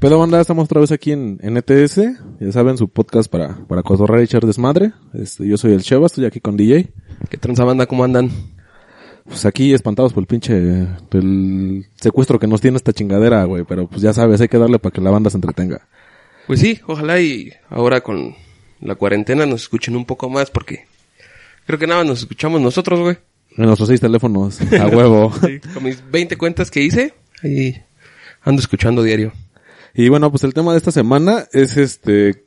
Pero banda, estamos otra vez aquí en, en ETS, ya saben, su podcast para, para cotorrear y echar desmadre. Este, yo soy el Cheva, estoy aquí con DJ. ¿Qué tranza banda? ¿Cómo andan? Pues aquí espantados por el pinche, el secuestro que nos tiene esta chingadera, güey, pero pues ya sabes, hay que darle para que la banda se entretenga. Pues sí, ojalá y ahora con la cuarentena nos escuchen un poco más porque creo que nada, más nos escuchamos nosotros, güey. En nuestros seis teléfonos, a huevo. Sí, con mis 20 cuentas que hice, ahí ando escuchando diario. Y bueno, pues el tema de esta semana es este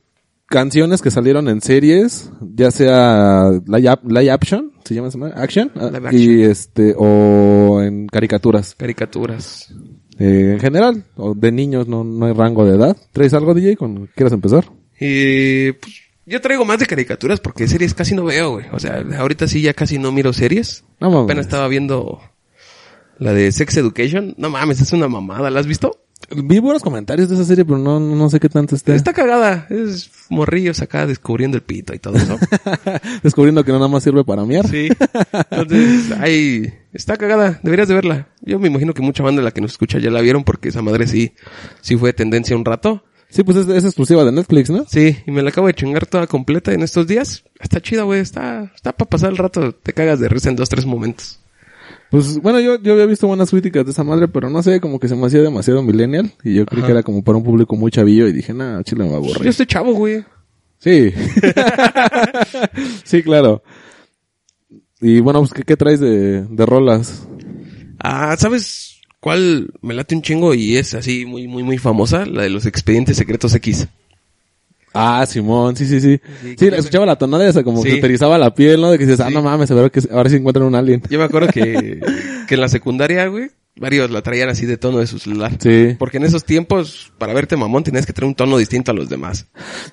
canciones que salieron en series, ya sea live, ap- live action, se llama esa madre? action, Ah, Live y action. este o en caricaturas. Caricaturas. Eh, en general, o de niños no, no hay rango de edad. ¿Traes algo DJ cuando quieras empezar? Y pues yo traigo más de caricaturas porque series casi no veo, güey. O sea, ahorita sí ya casi no miro series. No mames. Apenas estaba viendo la de Sex Education. No mames, es una mamada. ¿La has visto? Vi buenos comentarios de esa serie, pero no, no sé qué tanto esté. Está cagada. Es morrillos acá descubriendo el pito y todo eso. Descubriendo que no nada más sirve para miar. Sí. Entonces, ay, está cagada. Deberías de verla. Yo me imagino que mucha banda de la que nos escucha ya la vieron porque esa madre sí, sí fue tendencia un rato. Sí, pues es, es exclusiva de Netflix, ¿no? Sí, y me la acabo de chingar toda completa en estos días. Está chida, güey. Está, está para pasar el rato. Te cagas de risa en dos, tres momentos. Pues bueno, yo, yo había visto buenas críticas de esa madre, pero no sé, como que se me hacía demasiado millennial. Y yo creí Ajá. que era como para un público muy chavillo y dije, nah, chile me va a Yo aburrir. estoy chavo, güey. Sí. sí, claro. Y bueno, pues ¿qué, qué traes de, de rolas? Ah, ¿sabes cuál me late un chingo y es así muy, muy, muy famosa? La de los expedientes secretos X. Ah, Simón, sí, sí, sí. Sí, Sí, que- la escuchaba la tonada esa, como que Sí. se te erizaba la piel, ¿no? De que dices, ah, no mames, a ver que ahora sí encuentran un alien. Yo me acuerdo que, que en la secundaria, güey, varios la traían así de tono de su celular. Sí. Porque en esos tiempos, para verte mamón, tenías que tener un tono distinto a los demás.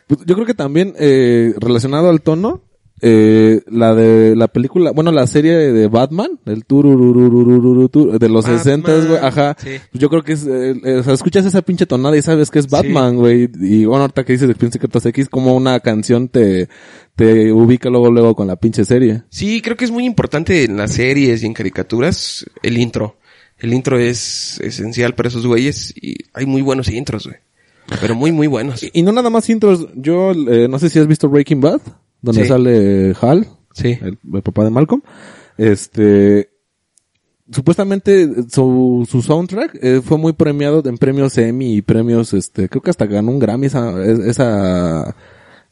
Pues, Yo creo que también eh, relacionado al tono, eh, la de la película, bueno, la serie de Batman, el turururururururu, de los Batman, 60, güey, ajá. sí. Yo creo que es, eh, eh, o sea, escuchas esa pinche tonada y sabes que es Batman, güey. Y bueno, ahorita que dices de Prince Secretos X, como una canción te, te ubica luego, luego con la pinche serie. Sí, creo que es muy importante en las series y en caricaturas el intro. El intro es esencial para esos güeyes y hay muy buenos intros, güey. Pero muy, muy buenos. Y no nada más intros, yo eh, no sé si has visto Breaking Bad, donde Sí. sale eh, Hal, Sí. el, el papá de Malcolm. Este, supuestamente su, su soundtrack eh, fue muy premiado en premios Emmy y premios, este, creo que hasta ganó un Grammy esa, es- esa,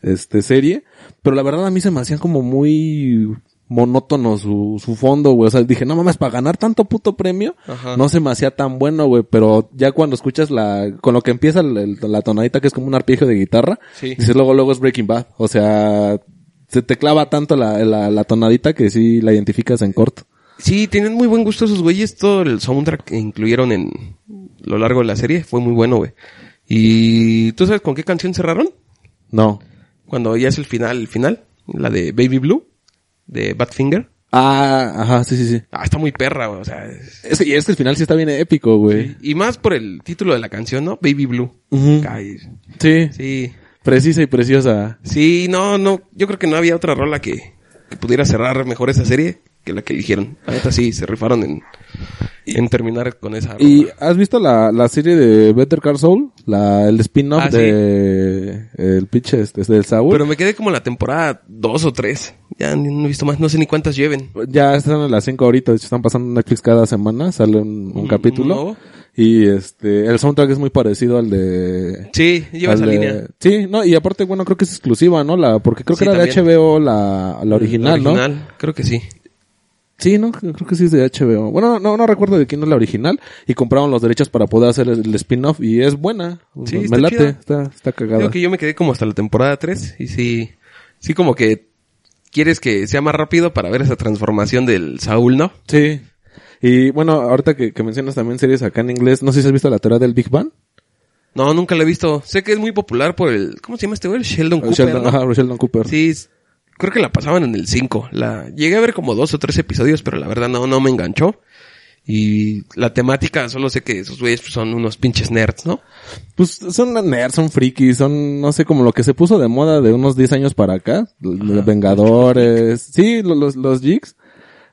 este, serie. Pero la verdad a mí se me hacían como muy monótono su, su fondo, güey. O sea, dije, no mames, para ganar tanto puto premio, Ajá. no se me hacía tan bueno, güey. Pero ya cuando escuchas la, con lo que empieza el- el- la tonadita que es como un arpegio de guitarra, Sí. dices luego, luego es Breaking Bad. O sea, se te clava tanto la, la, la tonadita que sí la identificas en corto. Sí, tienen muy buen gusto esos güeyes. Todo el soundtrack que incluyeron en lo largo de la serie fue muy bueno, güey. ¿Y tú sabes con qué canción cerraron? No. Cuando ya es el final, el final. La de Baby Blue, de Badfinger. Ah, ajá, sí, sí, sí. Ah, está muy perra, güey. O sea, es- Es que, y es que el final sí está bien épico, güey. y más por el título de la canción, ¿no? Baby Blue. Ujú. Ay, Sí. sí. Precisa y preciosa. Sí, no, no. Yo creo que no había otra rola que, que pudiera cerrar mejor esa serie que la que eligieron. La neta sí, se rifaron en, en terminar con esa rola. ¿Y has visto la, la serie de Better Call Saul? La, el spin-off Ah, sí. de el pinche este, del Saúl. Pero me quedé como en la temporada dos o tres. Ya ni- no he visto más, no sé ni cuántas lleven. Ya están a las 5 ahorita, de hecho están pasando en Netflix cada semana, sale un, un Un- capítulo. un nuevo. Y este, el soundtrack es muy parecido al de... Sí, lleva al eh, esa de- línea. Sí, no, y aparte, bueno, creo que es exclusiva, ¿no? La, porque creo Sí, que era también. Mm, de HBO la, la original, La ¿no? original, creo que sí. Sí, no, creo que sí es de HBO. Bueno, no, no recuerdo de quién es la original y compraron los derechos para poder hacer el, el spin-off y es buena. Sí, me está late, chida. está, está cagada. Creo que yo me quedé como hasta la temporada tres y sí, sí como que quieres que sea más rápido para ver esa transformación del Saúl, ¿no? Sí. Y bueno, ahorita que, que mencionas también series acá en inglés, no sé si has visto la teoría del Big Bang. No, nunca la he visto. Sé que es muy popular por el... ¿Cómo se llama este güey? El Sheldon Cooper, Sheldon, ¿no? ajá, Sheldon Cooper. Sí, es- creo que la pasaban en el 5. La llegué a ver como dos o tres episodios, pero la verdad no, no me enganchó. Y la temática, solo sé que esos güeyes pues, son unos pinches nerds, ¿no? Pues son nerds, son frikis, son, no sé, como lo que se puso de moda de unos 10 años para acá. Los Vengadores. Sí, lo- los, los jigs.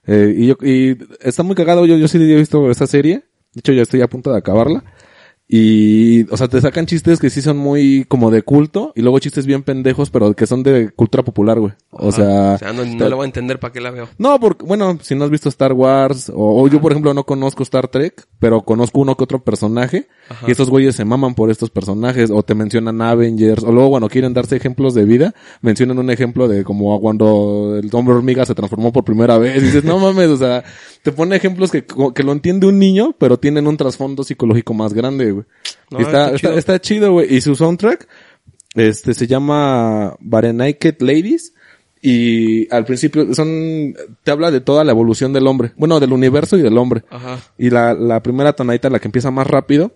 Eh, y yo, y está muy cagado. Yo, yo sí he visto esa serie. De hecho, ya estoy a punto de acabarla. Y, o sea, te sacan chistes que sí son muy como de culto. Y luego chistes bien pendejos, pero que son de cultura popular, güey. O sea. o sea no, no la voy a entender para qué la veo. No, porque, bueno, si no has visto Star Wars, o, o yo por ejemplo no conozco Star Trek, pero conozco uno que otro personaje, y estos güeyes se maman por estos personajes, o te mencionan Avengers, o luego cuando quieren darse ejemplos de vida, mencionan un ejemplo de como cuando el hombre hormiga se transformó por primera vez, y dices, no mames, o sea, te pone ejemplos que, co- que lo entiende un niño, pero tienen un trasfondo psicológico más grande, güey. No, Y está, está está, chido. está chido, güey. Y su soundtrack, este, se llama Bare Naked Ladies. Y al principio son, te habla de toda la evolución del hombre. Bueno, del universo y del hombre. Ajá. Y la, la primera tonadita, la que empieza más rápido,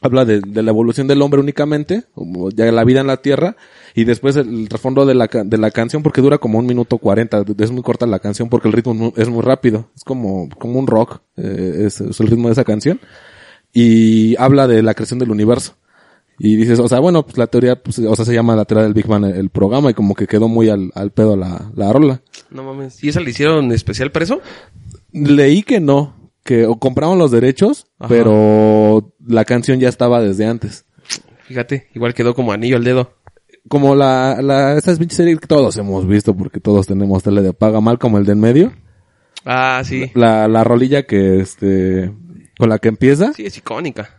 habla de, de la evolución del hombre únicamente, como ya la vida en la Tierra, y después el, el trasfondo de la, ca- de la canción, porque dura como un minuto cuarenta, es muy corta la canción porque el ritmo mu- es muy rápido, es como, como un rock, eh, es, es el ritmo de esa canción, y habla de la creación del universo. Y dices, o sea, bueno, pues la teoría, pues, o sea, se llama la teoría del Big Bang el, el programa y como que quedó muy al, al pedo la, la rola. No mames. ¿Y esa le hicieron especial para eso? Leí que no, que o compraron los derechos, Ajá. pero la canción ya estaba desde antes. Fíjate, igual quedó como anillo al dedo. Como la, la, esas pinches series que todos hemos visto porque todos tenemos tele de paga mal como el de en medio. Ah, sí. La, la rolilla que este, con la que empieza. Sí, es icónica.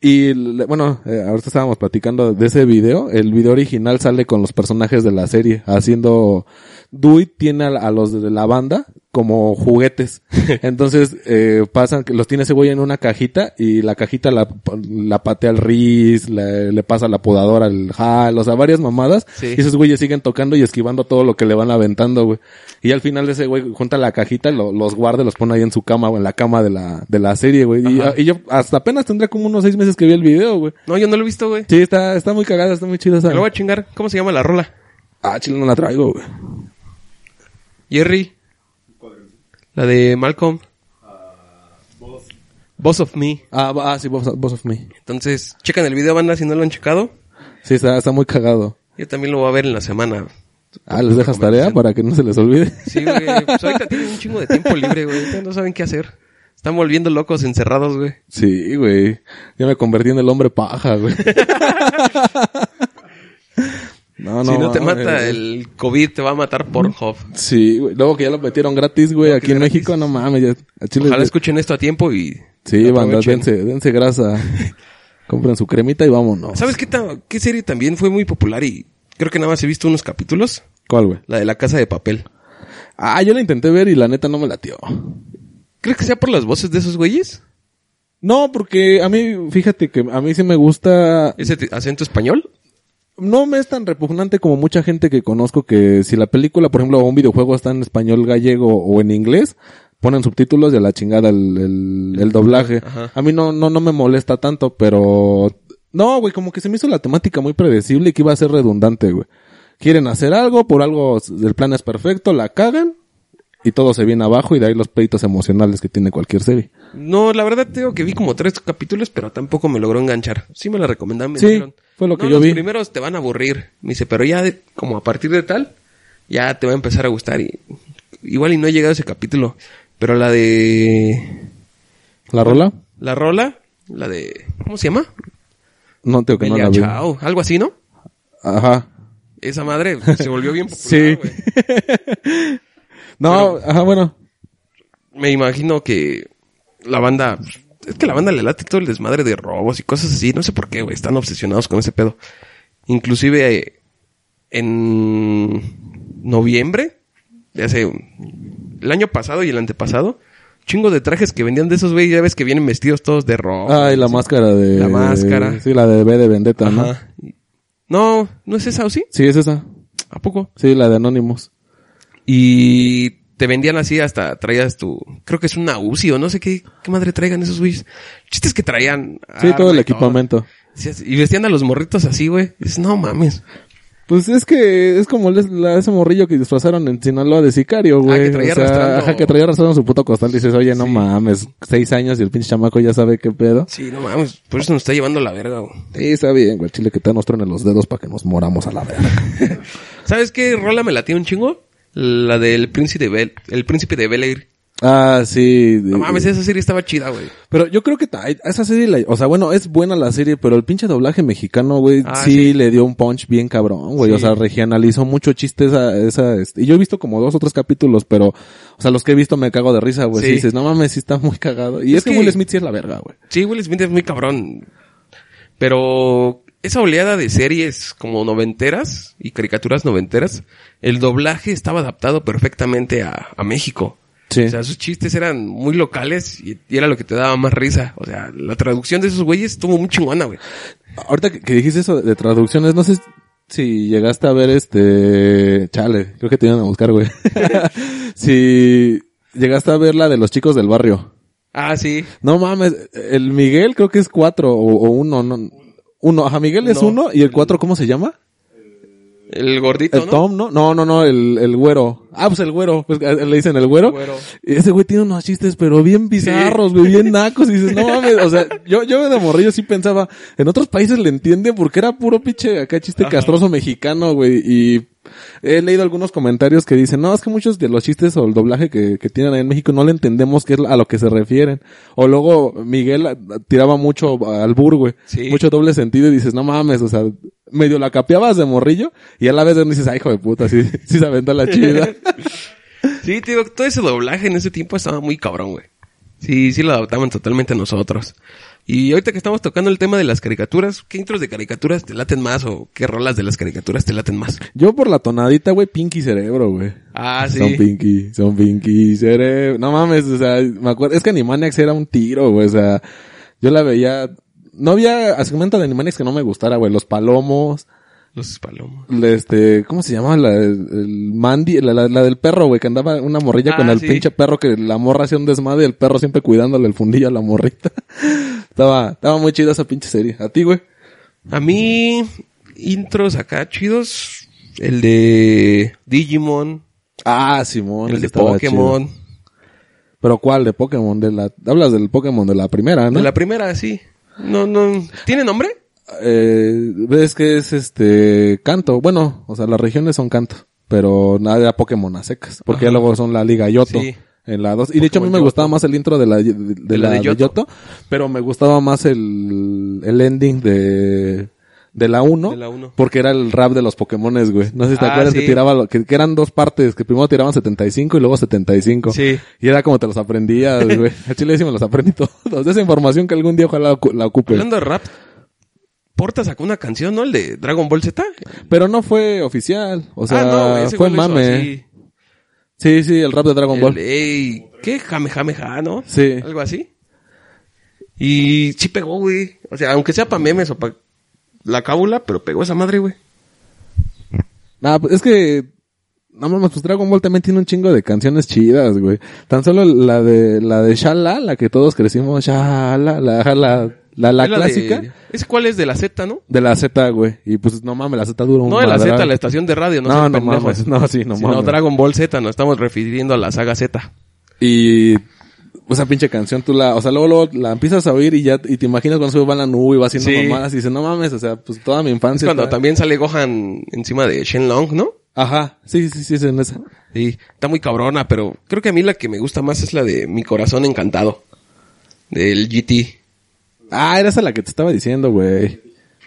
Y le- bueno, eh, ahorita estábamos platicando de ese video. El video original sale con los personajes de la serie haciendo. Dewey tiene a, a los de la banda como juguetes. Entonces eh, pasan que los tiene ese güey en una cajita y la cajita la, la patea al Riz, le, le pasa la podadora al Hal, o sea, varias mamadas. Sí. Y esos güeyes siguen tocando y esquivando todo lo que le van aventando, güey. Y al final ese güey junta la cajita, lo- los guarda, y los pone ahí en su cama o en la cama de la, de la serie, güey. Y, Ajá. y yo hasta apenas tendría como unos seis meses que vi el video, güey. No, yo no lo he visto, güey. Sí, está, está muy cagada, está muy chida esa. Me lo voy a chingar. ¿Cómo se llama la rola? Ah, chile, no la traigo, güey. Jerry. La de Malcolm. Boss of Me. Ah, va- ah, sí, Boss, Boss of Me. Entonces, checan el video, banda, si no lo han checado. Sí, está, está muy cagado. Yo también lo voy a ver en la semana. Ah, les dejas tarea para que no se les olvide. Pues, Sí, güey. Pues ahorita tienen un chingo de tiempo libre, güey. Ahorita no saben qué hacer. Están volviendo locos encerrados, güey. Sí, güey. Yo me convertí en el hombre paja, güey. no, eh, si no te mames. mata el COVID, te va a matar por Hof. Sí, güey. Luego que ya lo metieron gratis, güey, aquí en México, no mames. Ya, a Chile, Ojalá escuchen esto a tiempo y... Sí, banda, aprovechen. dense, dense grasa. Compren su cremita y vámonos. ¿Sabes qué, ta- qué serie también fue muy popular y creo que nada más he visto unos capítulos? ¿Cuál, güey? La de La Casa de Papel. Ah, yo la intenté ver y la neta no me latió. ¿Crees que sea por las voces de esos güeyes? No, porque a mí, fíjate que a mí sí me gusta ¿Ese t- acento español? no me es tan repugnante como mucha gente que conozco que si la película, por ejemplo, o un videojuego está en español gallego o en inglés, ponen subtítulos y a la chingada el, el- el doblaje. Ajá. A mí no, no, no me molesta tanto, pero no, güey, como que se me hizo la temática muy predecible y que iba a ser redundante, güey. Quieren hacer algo, por algo s- el plan es perfecto, la cagan y todo se viene abajo y de ahí los pleitos emocionales que tiene cualquier serie. No, la verdad te digo que vi como tres capítulos, pero tampoco me logró enganchar. Sí me la recomendaban, me Sí, dijeron, fue lo que "No, yo los vi". primeros te van a aburrir. Me dice, pero ya de- como a partir de tal, ya te va a empezar a gustar. Y, igual y no he llegado a ese capítulo. Pero la de... ¿La rola? La rola, la de... ¿Cómo se llama? No tengo que no Belia la vi. Chao, algo así, ¿no? Ajá. Esa madre se volvió bien Sí. popular, güey. no, ajá, bueno. Me imagino que la banda... Es que la banda le late todo el desmadre de robos y cosas así. No sé por qué, güey. Están obsesionados con ese pedo. Inclusive eh, en noviembre, de hace un- el año pasado y el antepasado, chingo de trajes que vendían de esos, güey. Ya ves que vienen vestidos todos de rojo. Ah, y la máscara de... La máscara. Sí, la de B de Vendetta, ¿no? Ajá. No, no es esa, ¿o sí? Sí, es esa. ¿A poco? Sí, la de Anonymous. Y te vendían así hasta traías tu, creo que es una UCI o no sé qué, qué madre traigan esos güeyes. El chiste es que traían. Sí, todo arma el y equipamiento. Sí, así- Y vestían a los morritos así, güey. Dices, no mames. Pues es que es como les- la- ese morrillo que disfrazaron en Sinaloa de sicario, güey. Ah, que traía o sea, arrastrando- ajá, que traía arrastrando su puto costal. Dices, oye, no mames, seis años y el pinche chamaco ya sabe qué pedo. Sí, no mames. Por eso nos está llevando la verga, güey. Sí, está bien, güey. Chile que te nos truenen los dedos para que nos moramos a la verga. ¿Sabes qué rola me latía un chingo? La del príncipe de Bel, el príncipe de Bel Air. ah, sí. No eh, mames, esa serie estaba chida, güey. Pero yo creo que ta- esa serie, la- o sea, bueno, es buena la serie, pero el pinche doblaje mexicano, güey, Ah, sí, le dio un punch bien cabrón, güey. Sí. O sea, regionalizó mucho chiste esa, esa, este, y yo he visto como dos o tres capítulos, pero, o sea, los que he visto me cago de risa, güey. Sí. Sí. dices, no mames, sí está muy cagado. Y Es es, que, que- Will Smith sí es la verga, güey. Sí, Will Smith es muy cabrón. Pero esa oleada de series como noventeras y caricaturas noventeras, el doblaje estaba adaptado perfectamente a, a México. Sí. O sea, sus chistes eran muy locales y, y era lo que te daba más risa. O sea, la traducción de esos güeyes estuvo muy chingona, güey. Ahorita que, que dijiste eso de, de traducciones, no sé si llegaste a ver este, chale, creo que te iban a buscar, güey. si llegaste a ver la de los chicos del barrio. Ah, sí. No mames, el Miguel creo que es cuatro o, o uno, no. Uno, ajá, Miguel es No. uno y el cuatro, ¿cómo se llama? El gordito, El ¿no? Tom, ¿no? No, no, no, el, el güero. Ah, pues el güero, pues eh, le dicen el güero. Güero. Ese güey tiene unos chistes, pero bien bizarros, güey, bien nacos. Y dices, no mames, o sea, yo, yo de morrillo sí pensaba, en otros países le entiende porque era puro pinche acá chiste castroso mexicano, güey. Y he leído algunos comentarios que dicen, no, es que muchos de los chistes o el doblaje que, que tienen ahí en México no le entendemos qué es la- a lo que se refieren. O luego Miguel ah, tiraba mucho al bur, güey. Sí. Mucho doble sentido y dices, no mames, o sea, medio la capeabas de morrillo y a la vez dices, ay, hijo de puta, sí, sí se aventó la chida. Sí, te digo, todo ese doblaje en ese tiempo estaba muy cabrón, güey. Sí, sí lo adaptaban totalmente a nosotros. Y ahorita que estamos tocando el tema de las caricaturas, ¿qué intros de caricaturas te laten más o qué rolas de las caricaturas te laten más? Yo por la tonadita, güey, Pinky Cerebro, güey. Ah, Son sí. Pinky, son Pinky Cerebro. No mames, o sea, me acuerdo, es que Animaniacs era un tiro, güey, o sea, yo la veía, no había segmento de Animaniacs que no me gustara, güey, los palomos, Los palomos. la, este, ¿cómo se llama? La, el- el Mandy, la, la- la del perro, güey, que andaba una morrilla Ah, con el sí. pinche perro que la morra hacía un desmadre y el perro siempre cuidándole el fundillo a la morrita. estaba, estaba muy chida esa pinche serie. A ti, güey. A mí, intros acá chidos. El de Digimon, Ah, Simón. el ese de estaba Pokémon. chido. Pero ¿cuál? De Pokémon, de la, hablas del Pokémon de la primera, ¿no? De la primera, sí. No, no. ¿Tiene nombre? Eh, ves que es este, canto. Bueno, o sea, las regiones son canto. Pero nada de Pokémon a secas. Porque Ajá. luego son la Liga Yoto. Sí. En la dos. Y de hecho a mí Pokémon me Yoto. gustaba más el intro de la, de, de la, de Yoto. Pero me gustaba más el, el ending de, de la 1. De la uno. Porque era el rap de los Pokémones, güey. No sé si te Ah, acuerdas sí. que tiraba, lo- que, que eran dos partes. Que primero tiraban 75 y luego 75. Sí. Y era como te los aprendías, güey. A Chile sí me los aprendí todos. De esa información que algún día ojalá ocu- la ocupe. Hablando de rap, Porta sacó una canción, ¿no? El de Dragon Ball Z. Pero no fue oficial, o sea, ah, no, güey, ese fue güey lo hizo mame. así. Sí, sí, el rap de Dragon Ball. El, e- ey, ¿Qué? Jame, jame, ja, ¿no? Sí. Algo así. Y sí pegó, güey. O sea, aunque sea para memes o para la cábula, pero pegó esa madre, güey. Nah, pues es que no mames, pues Dragon Ball también tiene un chingo de canciones chidas, güey. Tan solo la de la de Shala, la que todos crecimos, Shala, la la la, la, Es de- clásica de... ¿Ese cuál es de la Z, no? la Z, güey. Y pues no mames, la Z dura un No de la madral. Z, la estación de radio, no No, sean no pendejos. mames, no, sí, no Sino mames. Dragon Ball Z, nos estamos refiriendo a la saga Z. Y esa pinche canción tú la, o sea, luego, luego la empiezas a oír y ya y te imaginas cuando sube va en la nube y va haciendo Sí. mamadas y dices, "No mames, o sea, pues toda mi Es infancia cuando está- también sale Gohan encima de Shenlong, ¿no? Ajá. Sí, sí, sí, es en esa. Sí, está muy cabrona, pero creo que a mí la que me gusta más es la de Mi Corazón Encantado. Del GT. Ah, era esa la que te estaba diciendo, güey.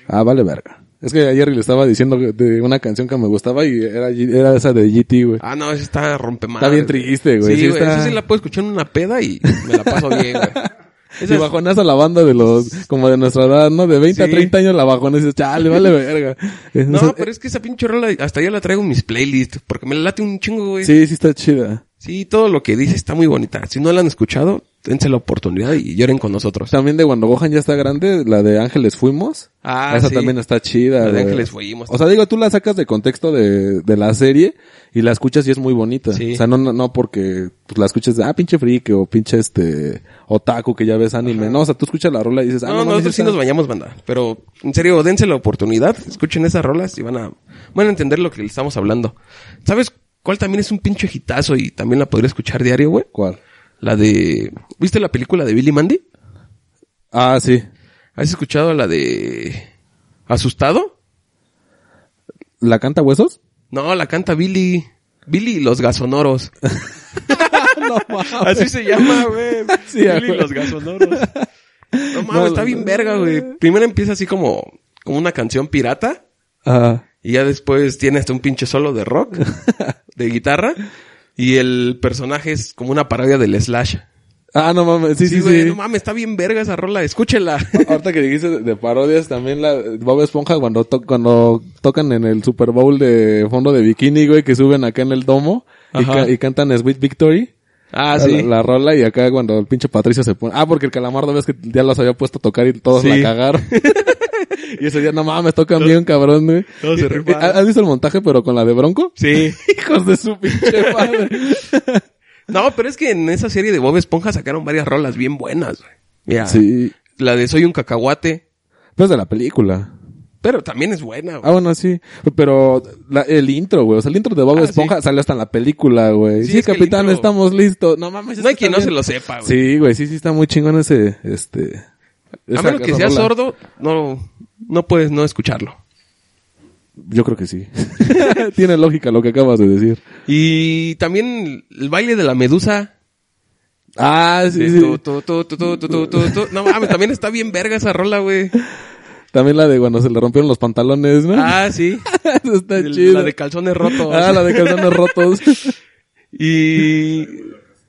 Ah, vale verga. Es que ayer le estaba diciendo de una canción que me gustaba y era, era esa de GT, güey. Ah, no, esa está rompe Está bien triste, güey. Sí, Sí, güey. está- Esa sí la puedo escuchar en una peda y me la paso bien, güey. Esa y es- bajonas a la banda de los, como de nuestra edad, ¿no? De 20 Sí. a 30 años la bajonas y dices, chale, vale verga. No, pero es que esa pinche rola hasta yo la traigo en mis playlists porque me la late un chingo, güey. Sí. Sí, sí está chida. todo lo que dice está muy bonita. Si no la han escuchado, dense la oportunidad y lloren con nosotros. Pues También de cuando Gohan ya está grande, la de Ángeles Fuimos. Ah, Esa sí. también está chida. La de güey. Ángeles Fuimos. O sea, digo, tú la sacas de contexto de, de la serie y la escuchas y es muy bonita. Sí. O sea, no, no, no porque pues, la escuches de, ah, pinche friki o pinche este otaku que ya ves anime. No, o sea, tú escuchas la rola y dices, ah, no, mames, nosotros sí esta- nos bañamos, banda. Pero, en serio, dense la oportunidad. Escuchen esas rolas y van a, van a entender lo que les estamos hablando. ¿Sabes cuál también es un pinche hitazo y también la podría escuchar diario, güey? ¿Cuál? La de... ¿Viste la película de Billy Mandy? Ah, sí. ¿Has escuchado la de... ¿Asustado? ¿La canta huesos? No, la canta Billy. Billy y los gasonoros. no, mames. Así se llama, güey. Sí, Billy güey. y los gasonoros. No mames, No, está no, bien no. verga, güey. Primero empieza así como, como una canción pirata. Ah, Y ya después tiene hasta un pinche solo de rock, de guitarra. Y el personaje es como una parodia del Slash. Ah, no mames, sí, Sí, sí, güey, sí. no mames, está bien verga esa rola, escúchela. Ahorita que dijiste de- de parodias, también la Bob Esponja cuando, to- cuando tocan en el Super Bowl de fondo de bikini, güey, que suben acá en el domo y, Ajá. ca- y cantan Sweet Victory. Ah, La- sí. La, rola y acá cuando el pinche Patricio se pone... Ah, porque el calamardo ves que ya los había puesto a tocar y todos Sí. la cagaron. y ese día, no mames, tocan bien, cabrón, güey. todos se Eh, eh, rifaron. ¿Has visto el montaje pero con la de Bronco? Sí. Hijos de su pinche madre. No, pero es que en esa serie de Bob Esponja sacaron varias rolas bien buenas, güey. Mira, sí. la de Soy un cacahuate, Pues de la película. pero también es buena, güey. Ah, bueno, sí. Pero la- el intro, güey. O sea, el intro de Bob Ah, Esponja sí. sale hasta en la película, güey. Sí, Sí, es que el capitán, intro- estamos listos. No mames. es no hay que quien no está se bien- lo sepa, güey. Ah, Sí, güey. Sí, sí está muy chingón ese, este... a esa- menos que esa seas rola. sordo, no, no puedes no escucharlo. Yo creo que sí. Tiene lógica lo que acabas de decir. Y también el baile de la medusa. Ah, sí, de sí. tu, tu, tu, tu, tu, tu, tu, tu, tu. No mames, también está bien verga esa rola, güey. También la de cuando se le rompieron los pantalones, ¿no? Ah, sí. Eso está El- chido. La de calzones rotos. Ah, la de calzones rotos. Y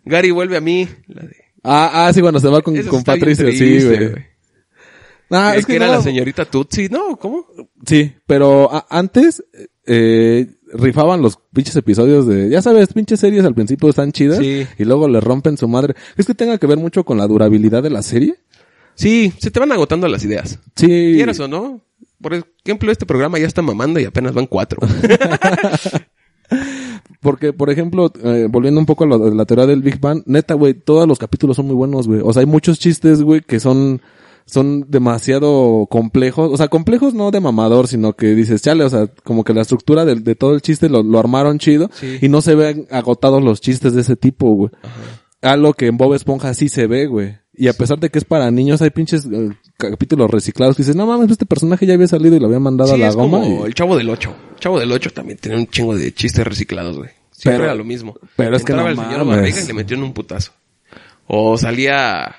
Gary vuelve a mí. La de... ah, ah, sí, cuando se va con, Esa con está bien Patricia, sí, triste, güey. Ah, Eh, es que, era no- la señorita Tutsi. No, ¿cómo? Sí, pero a- antes eh, rifaban los pinches episodios de, ya sabes, pinches series al principio están chidas Sí. y luego le rompen su madre. ¿Es que tenga que ver mucho con la durabilidad de la serie? Sí, se te van agotando las ideas. Sí. Quieras o no. Por ejemplo, este programa ya está mamando y apenas van cuatro. Porque, por ejemplo, eh, volviendo un poco a lo- la teoría del Big Bang, neta, güey, todos los capítulos son muy buenos, güey. O sea, hay muchos chistes, güey, que son, son demasiado complejos. O sea, complejos no de mamador, sino que dices, chale, o sea, como que la estructura del- de, todo el chiste lo, lo armaron chido Sí. y no se ven agotados los chistes de ese tipo, güey. Algo que en Bob Esponja sí se ve, güey. Y a pesar de que es para niños, hay pinches eh, capítulos reciclados que dices, no mames, este personaje ya había salido y lo había mandado a sí, la es goma. como y- el Chavo del Ocho. El Chavo del Ocho también tiene un chingo de chistes reciclados, güey. Siempre Pero- era lo mismo. pero es que Entraba no el señor mames. Barriga y le metían un putazo. O salía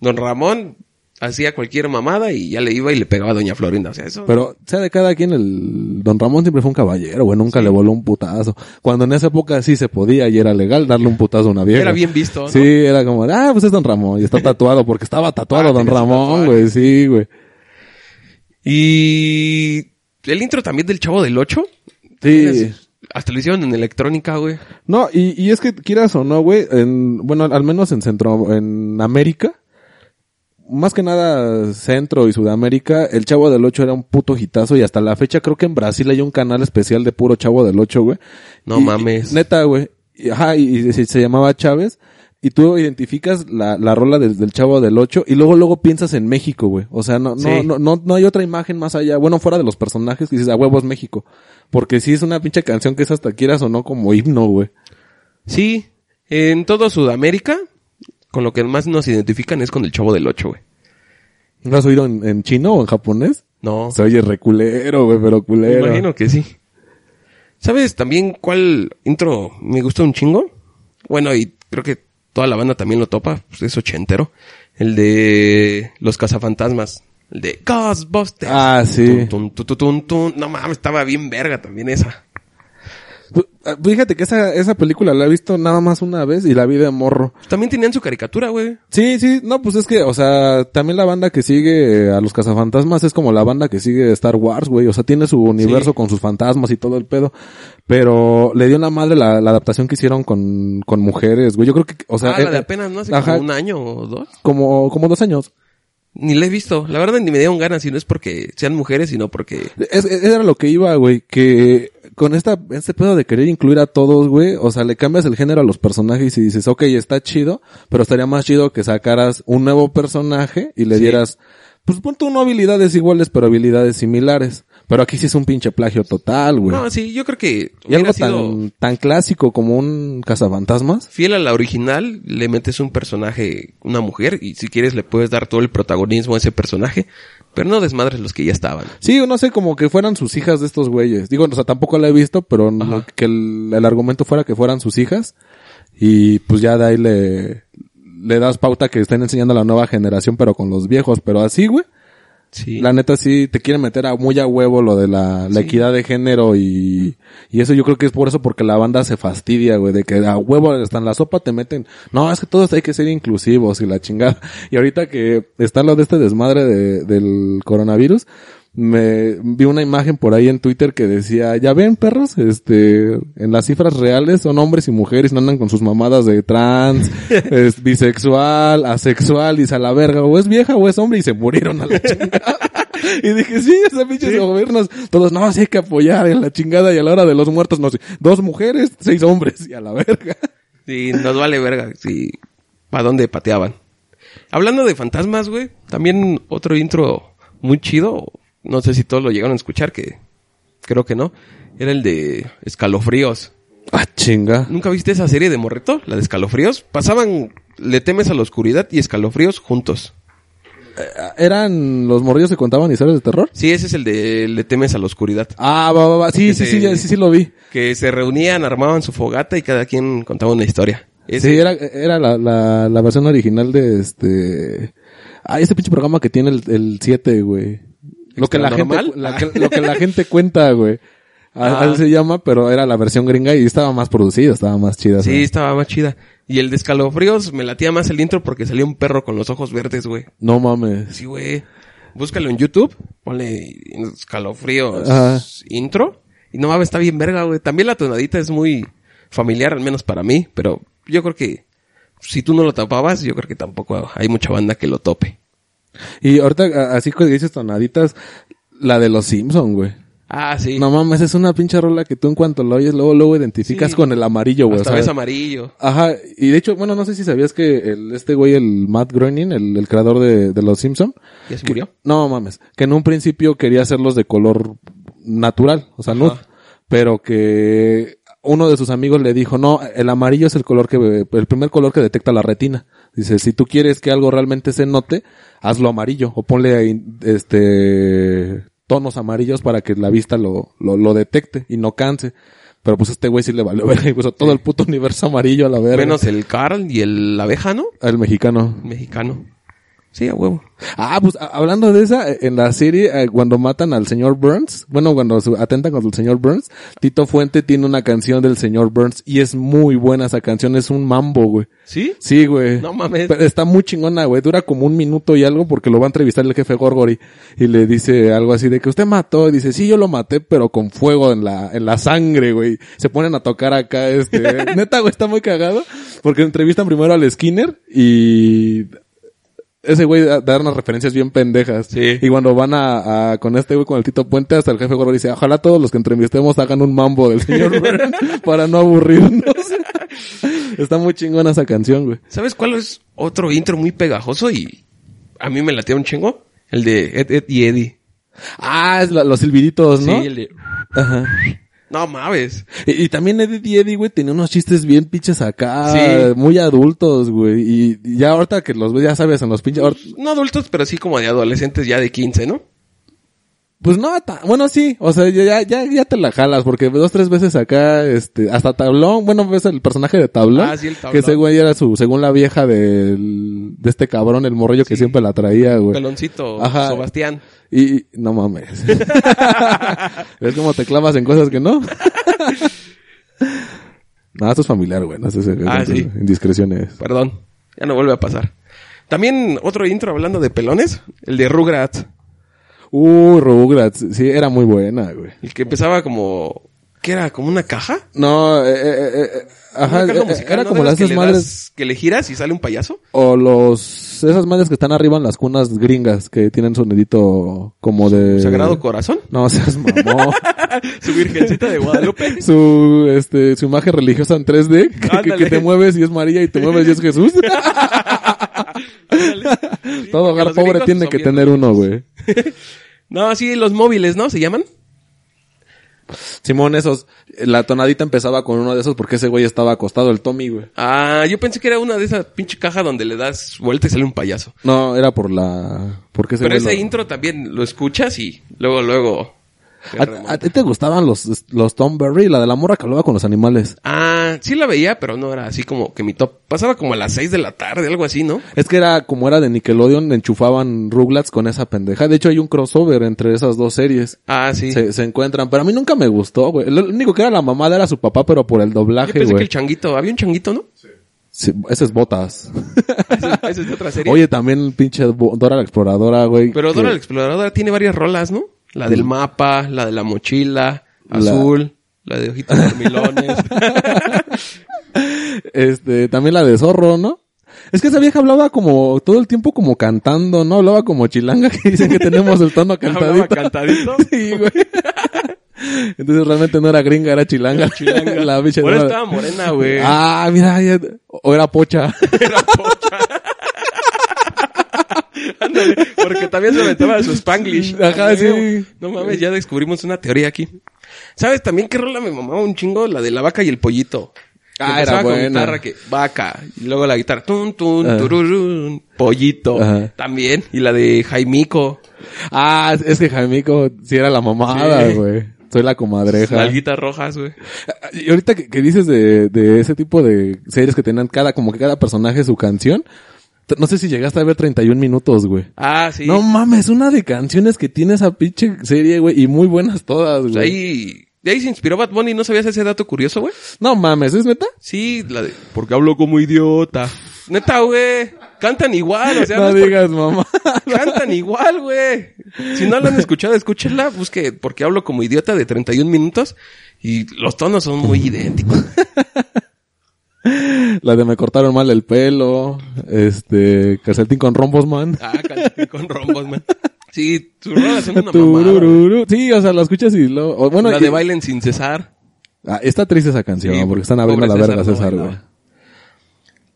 Don Ramón, hacía cualquier mamada y ya le iba y le pegaba a Doña Florinda. O sea, eso... Pero, sea de cada quien, el Don Ramón siempre fue un caballero, güey, nunca le voló un putazo. Cuando en esa época sí se podía y era legal darle un putazo a una vieja. Era bien visto, ¿no? Sí, era como, ah, pues es Don Ramón, y está tatuado, porque estaba tatuado Ah, Don tenía su Ramón, tatuaje. güey, sí, güey. Y el intro también del Chavo del Ocho. Sí. Es- Hasta lo hicieron en electrónica, güey. No, y, y es que quieras o no, güey, en, bueno, al menos en Centro, en América, más que nada Centro y Sudamérica, el Chavo del Ocho era un puto hitazo y hasta la fecha creo que en Brasil hay un canal especial de puro Chavo del Ocho, güey. No Y- mames. y- neta, güey. Y- Ajá, y, y se, se llamaba Chávez. Y tú identificas la, la rola del, del Chavo del Ocho y luego luego piensas en México, güey. O sea, no, no, Sí. no, no, no hay otra imagen más allá. Bueno, fuera de los personajes que dices, a huevos México. Porque sí es una pinche canción que es hasta quieras o no como himno, güey. Sí, en todo Sudamérica, con lo que más nos identifican es con el Chavo del Ocho, güey. ¿Lo has oído en, en chino o en japonés? No, Se oye reculero, güey, pero me culero. imagino que sí. ¿Sabes también cuál intro me gusta un chingo? Bueno, y creo que toda la banda también lo topa, pues es ochentero. El de los cazafantasmas. El de Ghostbusters. Ah, sí. Tun, tun, tun, tun, tun, tun. No mames, estaba bien verga también esa. Ah, Fíjate que esa, esa película la he visto nada más una vez y la vi de morro. También tenían su caricatura, güey. Sí, sí, no, pues es que, o sea, también la banda que sigue eh, a los cazafantasmas es como la banda que sigue Star Wars, güey, o sea, tiene su universo Sí. con sus fantasmas y todo el pedo, pero le dio la madre la, la adaptación que hicieron con, con mujeres, güey, yo creo que, o sea, ah, la eh, de apenas, ¿no? Hace ajá. como un año o dos. como, como dos años. Ni la he visto. La verdad ni me dieron ganas, y no es porque sean mujeres, sino porque... Es, es- era lo que iba, güey, que con esta, este pedo de querer incluir a todos, güey, o sea, le cambias el género a los personajes y dices, ok, está chido, pero estaría más chido que sacaras un nuevo personaje y le Sí. dieras, pues pon tú no habilidades iguales, pero habilidades similares. Pero aquí sí es un pinche plagio total, güey. No, sí, yo creo que y algo hubiera sido tan, tan clásico como un cazafantasmas. fiel a la original, le metes un personaje, una mujer, y si quieres le puedes dar todo el protagonismo a ese personaje, pero no desmadres los que ya estaban. Sí, no sé, como que fueran sus hijas de estos güeyes. Digo, o sea, tampoco la he visto, pero no- Ajá. que el, el argumento fuera que fueran sus hijas. Y pues ya de ahí le, le das pauta que estén enseñando a la nueva generación, pero con los viejos. Pero así, güey. Sí. La neta sí te quieren meter a muy a huevo lo de la, la Sí. equidad de género y, y eso yo creo que es por eso porque la banda se fastidia, güey, de que a huevo hasta en la sopa te meten. No, es que todos hay que ser inclusivos y la chingada. Y ahorita que está lo de este desmadre de- del coronavirus, me vi una imagen por ahí en Twitter que decía, ya ven perros, este, en las cifras reales son hombres y mujeres, no andan con sus mamadas de trans, es bisexual, asexual, dice a la verga, o es vieja o es hombre y se murieron a la chingada. Y dije, sí, esos pinches gobiernos, todos, no, sí hay que apoyar en la chingada y a la hora de los muertos, no sé, dos mujeres, seis hombres y a la verga. Sí, nos vale verga, sí. ¿Para dónde pateaban? Hablando de fantasmas, güey, también otro intro muy chido, no sé si todos lo llegaron a escuchar, que creo que no, era el de Escalofríos. Ah, chinga. ¿Nunca viste esa serie de Morreto? La de Escalofríos. Pasaban Le temes a la oscuridad y Escalofríos juntos. ¿Eran los morrillos que contaban historias de terror? Sí, ese es el de Le temes a la oscuridad. Ah, va, va, va, sí, Que sí, se- sí, ya- sí, sí lo vi. Que se reunían, armaban su fogata y cada quien contaba una historia. Ese- Sí, era, era la, la, la versión original de este. Ah, ese pinche programa que tiene el, el 7, güey. Lo que, la gente, ¿Extranormal? la que- lo que la gente cuenta, güey. A- Ah. Así se llama, pero era la versión gringa y estaba más producida, estaba más chida. Sí, güey. estaba más chida. Y el de escalofríos me latía más el intro porque salía un perro con los ojos verdes, güey. No mames. Sí, güey. Búscalo en YouTube, ponle escalofríos Ajá. intro. Y no mames, está bien verga, güey. También la tonadita es muy familiar, al menos para mí, pero yo creo que si tú no lo tapabas, yo creo que tampoco hay mucha banda que lo tope. Y ahorita, a- así que dices tonaditas, la de los Simpson, güey. Ah, sí. No mames, es una pinche rola que tú en cuanto la oyes, luego, luego identificas Sí. con el amarillo, güey. Hasta o sea, ves amarillo. Ajá, y de hecho, bueno, no sé si sabías que el, este güey, el Matt Groening, el, el creador de, de Los Simpson, ¿Ya se que- murió? No mames, que en un principio quería hacerlos de color natural, o sea, nude, pero que uno de sus amigos le dijo, "No, el amarillo es el color que el primer color que detecta la retina." Dice, "Si tú quieres que algo realmente se note, hazlo amarillo o ponle ahí, este tonos amarillos para que la vista lo lo, lo detecte y no canse." Pero pues este güey sí le valió verga y puso todo el puto universo amarillo a la verga. Menos el Carl y el abeja, ¿no? el mexicano. Mexicano. Sí, a huevo. Ah, pues a- hablando de esa, eh, en la serie, eh, cuando matan al señor Burns, bueno, cuando su- atentan contra el señor Burns, Tito Fuente tiene una canción del señor Burns y es muy buena esa canción, es un mambo, güey. ¿Sí? Sí, güey. No mames. Pero está muy chingona, güey. Dura como un minuto y algo porque lo va a entrevistar el jefe Gorgori y le dice algo así de que usted mató. Y dice, sí, yo lo maté, pero con fuego en la, en la sangre, güey. Se ponen a tocar acá, este. Neta, güey, está muy cagado porque entrevistan primero al Skinner y ese güey da, da unas referencias bien pendejas. Sí. Y cuando van a, a- con este güey, con el Tito Puente, hasta el jefe Gorgori dice, ojalá todos los que entrevistemos hagan un mambo del señor Burns para no aburrirnos. Está muy chingona esa canción, güey. ¿Sabes cuál es otro intro muy pegajoso y a mí me latea un chingo? El de Ed, Ed y Eddie. Ah, es la- los silbiditos, ¿no? Sí, el de... Ajá. No mames. Y, y también Eddie y Eddie, güey, tenía unos chistes bien pinches acá, Sí. muy adultos, güey. Y, y ya ahorita que los ves, ya sabes, en los pinches... ahor- No adultos, pero sí como de adolescentes ya de 15, ¿no? Pues no, ta- bueno, sí, o sea, ya, ya, ya te la jalas, porque dos, tres veces acá, este, hasta Tablón, bueno, ves el personaje de Tablón, Ah, sí, el Tablón. que ese güey era su, según la vieja del, de este cabrón, el morrillo que siempre la traía, güey. Peloncito, Ajá. Sebastián. Y, y- no mames. ¿Ves cómo te clavas en cosas que no? No, esto es familiar, güey. No sé si Ah, sí. indiscreciones. Perdón, ya no vuelve a pasar. También otro intro hablando de pelones, el de Rugrats, Uh, Rugrats. Sí, era muy buena, güey. el que empezaba como... ¿Qué era? ¿Como una caja? No, eh, eh, eh, eh, ajá, Una caja eh, musical, era ¿no? como De las que esas le madres das- que le giras y sale un payaso. o los esas madres que están arriba en las cunas gringas que tienen sonidito como de Sagrado Corazón. No, seas mamón. Su virgencita de Guadalupe. su este su imagen religiosa en 3D que- que- que, Ándale. te mueves y es María y te mueves y es Jesús. Todo porque hogar los pobre gringos tiene son que bien tener uno, güey. No, sí, los móviles, ¿no? ¿Se llaman? Simón, esos la tonadita empezaba con uno de esos porque ese güey estaba acostado el Tommy, güey. Ah, yo pensé que era una de esas pinche cajas donde le das vuelta y sale un payaso. No, era por la porque ese Pero güey ese lo- intro también lo escuchas y luego, luego... te ¿A, a remonta. ti te gustaban los los Tom Berry, la de la morra que hablaba con los animales? Ah, sí la veía, pero no era así como que mi top. Pasaba como a las 6 de la tarde, algo así, ¿no? Es que era como era de Nickelodeon, enchufaban Rugrats con esa pendeja. De hecho, hay un crossover entre esas dos series. Ah, sí. Se, se encuentran, pero a mí nunca me gustó, güey. Lo único que era la mamada era su papá, pero por el Yo doblaje, pensé que güey. el changuito, había un changuito, ¿no? Sí, ese es Botas. Esa esa es de otra serie. Oye, también pinche Bo- Dora la Exploradora, güey. pero que- Dora la Exploradora tiene varias rolas, ¿no? La del mapa, la de la mochila, La- azul, la de ojitos dormilones. Este, también la de Zorro, ¿no? Es que esa vieja hablaba como todo el tiempo como cantando, ¿no? Hablaba como chilanga que dicen que tenemos el tono Hablaba cantadito. cantadito. Sí, güey. Entonces realmente no era gringa, era chilanga. Chilanga. La bicha Ahora no era- estaba morena, güey. Ah, mira, ya- o era pocha. Era pocha. Ándale, porque también se aventaba su spanglish. Ajá, Ay, sí. No mames, ya descubrimos una teoría aquí. ¿Sabes también qué rola me mamaba un chingo? La de la vaca y el pollito. Que Ah, era empezaba con buena. guitarra que vaca y luego la guitarra tun tun Ajá. tururun, pollito Ajá. también y la de Jaimico, Ah, es que Jaimico sí era la mamada, Sí. güey. Soy la comadreja. nalguitas rojas, güey. Y ahorita que, que dices de, de ese tipo de series que tenían cada, como que cada personaje su canción. t- No sé si llegaste a ver 31 minutos, güey. Ah, sí. No mames, una de canciones que tiene esa pinche serie, güey, y muy buenas todas, Pues güey. ahí de ahí se inspiró Bad Bunny, ¿no sabías ese dato curioso, güey? No mames, ¿es neta? Sí, la de porque hablo como idiota. Neta, güey. Cantan igual, o sea, no no es porque- digas, mamá. cantan igual, güey. Si no la han escuchado, escúchenla, busque porque hablo como idiota de 31 minutos y los tonos son muy idénticos. La de me cortaron mal el pelo, este, calcetín con rombos, man. Ah, cantan con rombos, man. Sí, sus rolas son una mamada. güey. Turururu. Sí, o sea, la escuchas y lo... o, bueno, la y- de bailen sin cesar. Ah, está triste esa canción, Sí, porque están pobre abriendo la César, verga no César, bailaba. güey.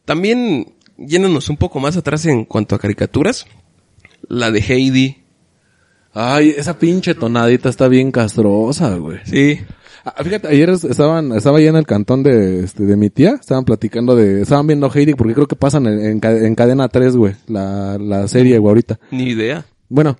También yéndonos un poco más atrás en cuanto a caricaturas, la de Heidi. Ay, esa pinche tonadita está bien castrosa, güey. Sí. Ah, fíjate, ayer es- estaban, estaba allá en el cantón de, este, de mi tía, estaban platicando de, estaban viendo Heidi porque creo que pasan en, en ca- en cadena 3, güey, la, la serie, güey, ahorita. Ni idea. Bueno,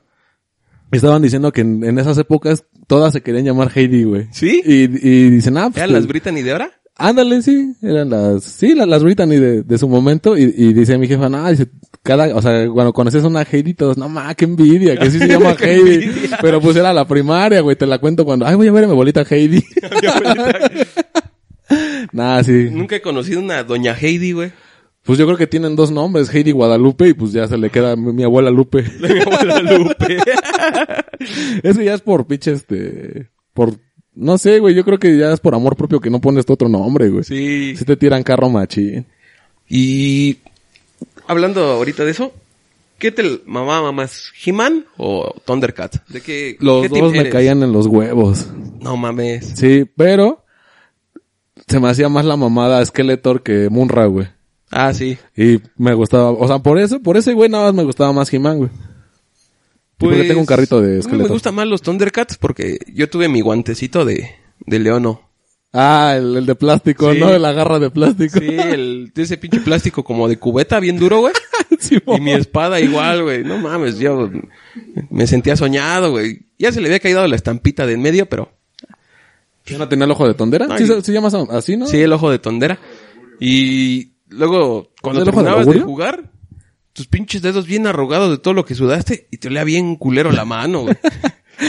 estaban diciendo que en, en esas épocas todas se querían llamar Heidi, güey. ¿Sí? Y, y dicen, ah, pues, ¿Eran que- las Brittany de ahora? Ándale, sí, eran las, sí, la- las, Brittany de, de su momento, y, y dice mi jefa, no, dice, cada, o sea, cuando conoces una Heidi, todos, no ma, qué envidia, que sí se llama Qué Heidi, envidia. pero pues era la primaria, güey, te la cuento cuando, ay, voy a ver a mi abuelita Heidi. Nada, sí. Nunca he conocido una doña Heidi, güey. Pues yo creo que tienen dos nombres, Heidi Guadalupe, y pues ya se le queda mi, mi abuela Lupe. Mi abuela Lupe. Eso ya es por pinche, este, por, no sé, güey, yo creo que ya es por amor propio que no pones tu otro nombre, güey. Sí. Si te tiran carro machín. Y hablando ahorita de eso, ¿qué te mamaba más? ¿He-Man o Thundercat? ¿De qué, Los qué team dos me eres? caían en los huevos. No mames. Sí, pero se me hacía más la mamada Skeletor que Munra, güey. Ah, sí. Y me gustaba, o sea, por eso, por ese güey nada más me gustaba más He-Man, güey. Y porque tengo un carrito de a mí Pues, Me Skeletor. gustan más los Thundercats porque yo tuve mi guantecito de, de Leono. Ah, el, el de plástico, Sí. ¿no? La garra de plástico. Sí, el, de ese pinche plástico como de cubeta bien duro, güey. Sí, mo. Y mi espada igual, güey. No mames, yo me sentía soñado, güey. Ya se le había caído la estampita de en medio, pero ¿Ya no tenía el ojo de tondera? Ay. ¿Sí se, se llama así, no? Sí, el ojo de tondera. Y luego, cuando ¿El ojo del terminabas de augurio? jugar, tus pinches dedos bien arrugados de todo lo que sudaste y te olía bien culero la mano, güey.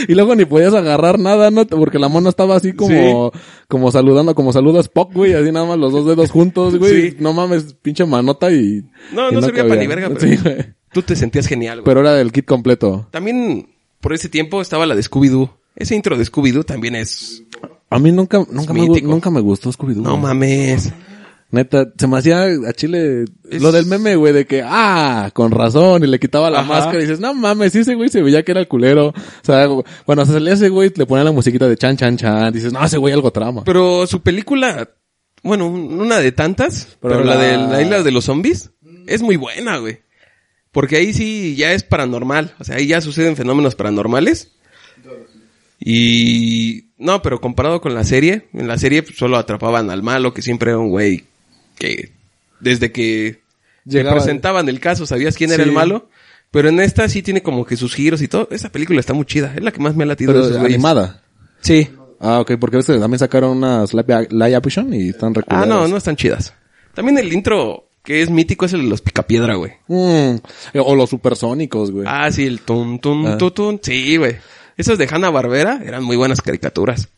Y luego ni podías agarrar nada, ¿no? Porque la mona estaba así como, como saludando, como saludas Spock, güey, así nada más los dos dedos juntos, güey. Sí. No mames, pinche manota y. No, y no, servía para cabía. ni verga, pero Sí, güey. tú te sentías genial, güey. Pero era del kit completo. También por ese tiempo estaba la de Scooby-Doo. Ese intro de Scooby-Doo también es... A mí nunca, nunca, me, gu- mítico. nunca me gustó Scooby-Doo. No güey. mames. Neta, se me hacía a Chile Es- lo del meme, güey, de que, ah, con razón, y le quitaba la Ajá. máscara y dices, no mames, sí, ese güey se veía que era el culero. O sea, cuando se salía ese güey, le ponía la musiquita de chan, chan, chan, dices, no, ese güey algo trama. Pero su película, bueno, un- una de tantas, Pero pero, la... la- de la isla de los zombies, es muy buena, güey. Porque ahí sí ya es paranormal, o sea, ahí ya suceden fenómenos paranormales. Y no, pero comparado con la serie, en la serie pues, solo atrapaban al malo, que siempre era un güey que desde que te Llegaba- presentaban el caso sabías quién era Sí. el malo. Pero en esta sí tiene como que sus giros y todo. Esa película está muy chida. Es la que más me ha latido. de Pero esos güeyes. animada. Sí. Ah, ok, porque ves que también sacaron unas live live action y están Ah, recuerdas. no, no están chidas. También el intro que es mítico es el de los picapiedra, güey. Mm, O los supersónicos, güey. Ah, sí, el tun, tun, Ah. tu, tun. Sí, güey. Esas de Hanna Barbera eran muy buenas caricaturas.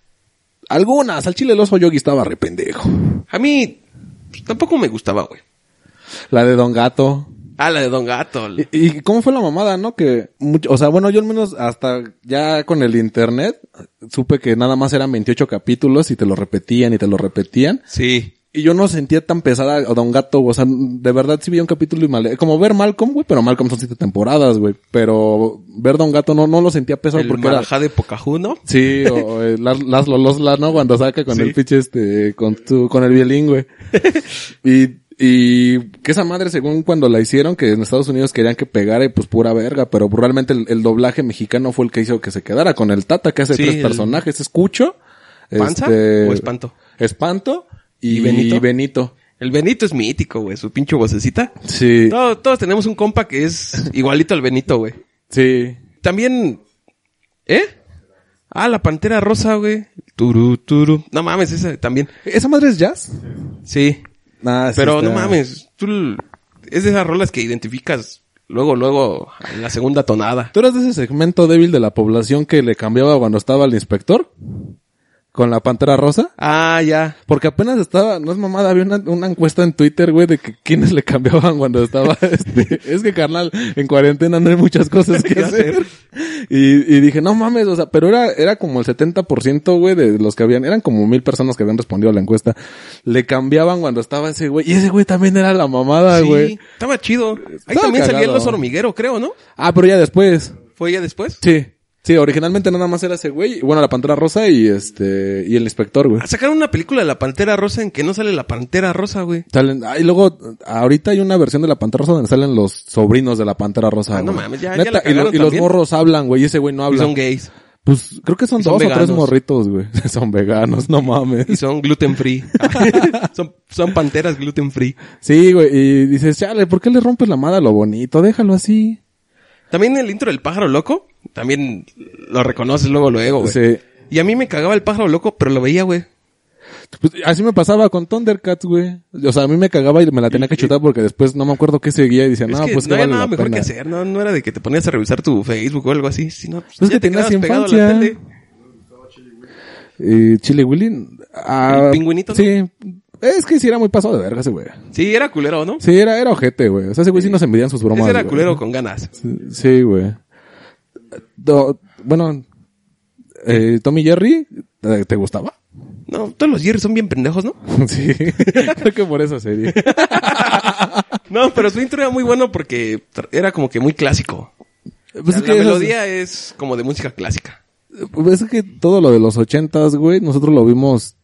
Algunas, al chile el oso yogi estaba re pendejo. A mí pues, tampoco me gustaba, güey. La de Don Gato. Ah, la de Don Gato. ¿Y, y cómo fue la mamada, no? Que, mucho- o sea, bueno, yo al menos hasta ya con el internet supe que nada más eran 28 capítulos y te lo repetían y te lo repetían. Sí. Y yo no sentía tan pesada a Don Gato, o sea, de verdad sí veía un capítulo y mal, como ver Malcolm, güey, pero Malcolm son siete temporadas, güey, pero ver Don Gato no, no lo sentía pesado El porque era... Marajá de Pocajuno. Sí, o, o el Las- Laszlo Losla, ¿no? Cuando saca con Sí. el pinche este, con tu, con el violín, güey. y, y que esa madre, según cuando la hicieron, que en Estados Unidos querían que pegara y pues pura verga, pero realmente el, el doblaje mexicano fue el que hizo que se quedara con el Tata, que hace Sí, tres el- personajes, Escucho, este, ¿Panza o Espanto? Espanto y, ¿Y Benito. Benito? El Benito es mítico, güey. Su pinche vocecita. Sí, Todo- todos tenemos un compa que es igualito al Benito, güey. sí. También. ¿Eh? Ah, la pantera rosa, güey. Turu, turu. No mames, esa también. ¿Esa madre es jazz? Sí. Ah, sí Pero no está- mames, tú. l- Es de esas rolas que identificas luego, luego, en la segunda tonada. ¿Tú eras de ese segmento débil de la población que le cambiaba cuando estaba el inspector? ¿Con la pantera rosa? Ah, ya. Porque apenas estaba, no es mamada, había una, una encuesta en Twitter, güey, de que quiénes le cambiaban cuando estaba, este, es que carnal, en cuarentena no hay muchas cosas que hacer. Y, y dije, no mames, o sea, pero era, era como el 70%, güey, de los que habían, eran como mil personas que habían respondido a la encuesta. Le cambiaban cuando estaba ese güey, y ese güey también era la mamada, sí, güey. estaba chido. Ahí Estaba también salía cagado. el oso hormiguero, creo, ¿no? Ah, pero ya después. ¿Fue ya después? Sí. Sí, originalmente nada más era ese güey, y bueno, la pantera rosa y este, y el inspector, güey. Ah, Sacaron una película de la pantera rosa en que no sale la pantera rosa, güey. Salen, ah, y luego, ahorita hay una versión de la Pantera Rosa donde salen los sobrinos de la Pantera Rosa. Ah, no güey. mames, ya- ya Neta, la y, lo- cagaron y los también. morros hablan, güey, y ese güey no Y habla. son gays. Pues creo que son, Y son dos o tres veganos. morritos, güey. son veganos, no mames. Y son gluten free. son, son panteras gluten free. Sí, güey, y dices, chale, ¿por qué le rompes la madre a lo bonito? Déjalo así. También el intro del pájaro loco, también lo reconoces luego, luego, güey. Sí. Y a mí me cagaba el pájaro loco, pero lo veía, güey. Pues, así me pasaba con Thundercats, güey. O sea, a mí me cagaba y me la tenía que chutar porque después no me acuerdo qué seguía y decía, es no, que pues no que había vale nada la mejor pena". que hacer, no, no era de que te ponías a revisar tu Facebook o algo así, sino pues, Pues es ya que te tenías quedabas pegado a la infancia. tele. Eh, Chile Willy. ah, El pingüinito, ¿no? Sí. Es que sí era muy pasado de verga ese güey. Sí, era culero, ¿no? Sí, era, era ojete, güey. O sea, ese güey sí nos envidian sus bromas. Ese era güey. culero con ganas. Sí, güey. Do- bueno, eh, Tommy Jerry, eh, ¿te, te gustaba? No, todos los Jerry son bien pendejos, ¿no? sí. Creo que por esa serie. No, pero su intro era muy bueno porque tra- era como que muy clásico. Pues la es que la esas- melodía es como de música clásica. pues es que todo lo de los ochentas, güey, nosotros lo vimos.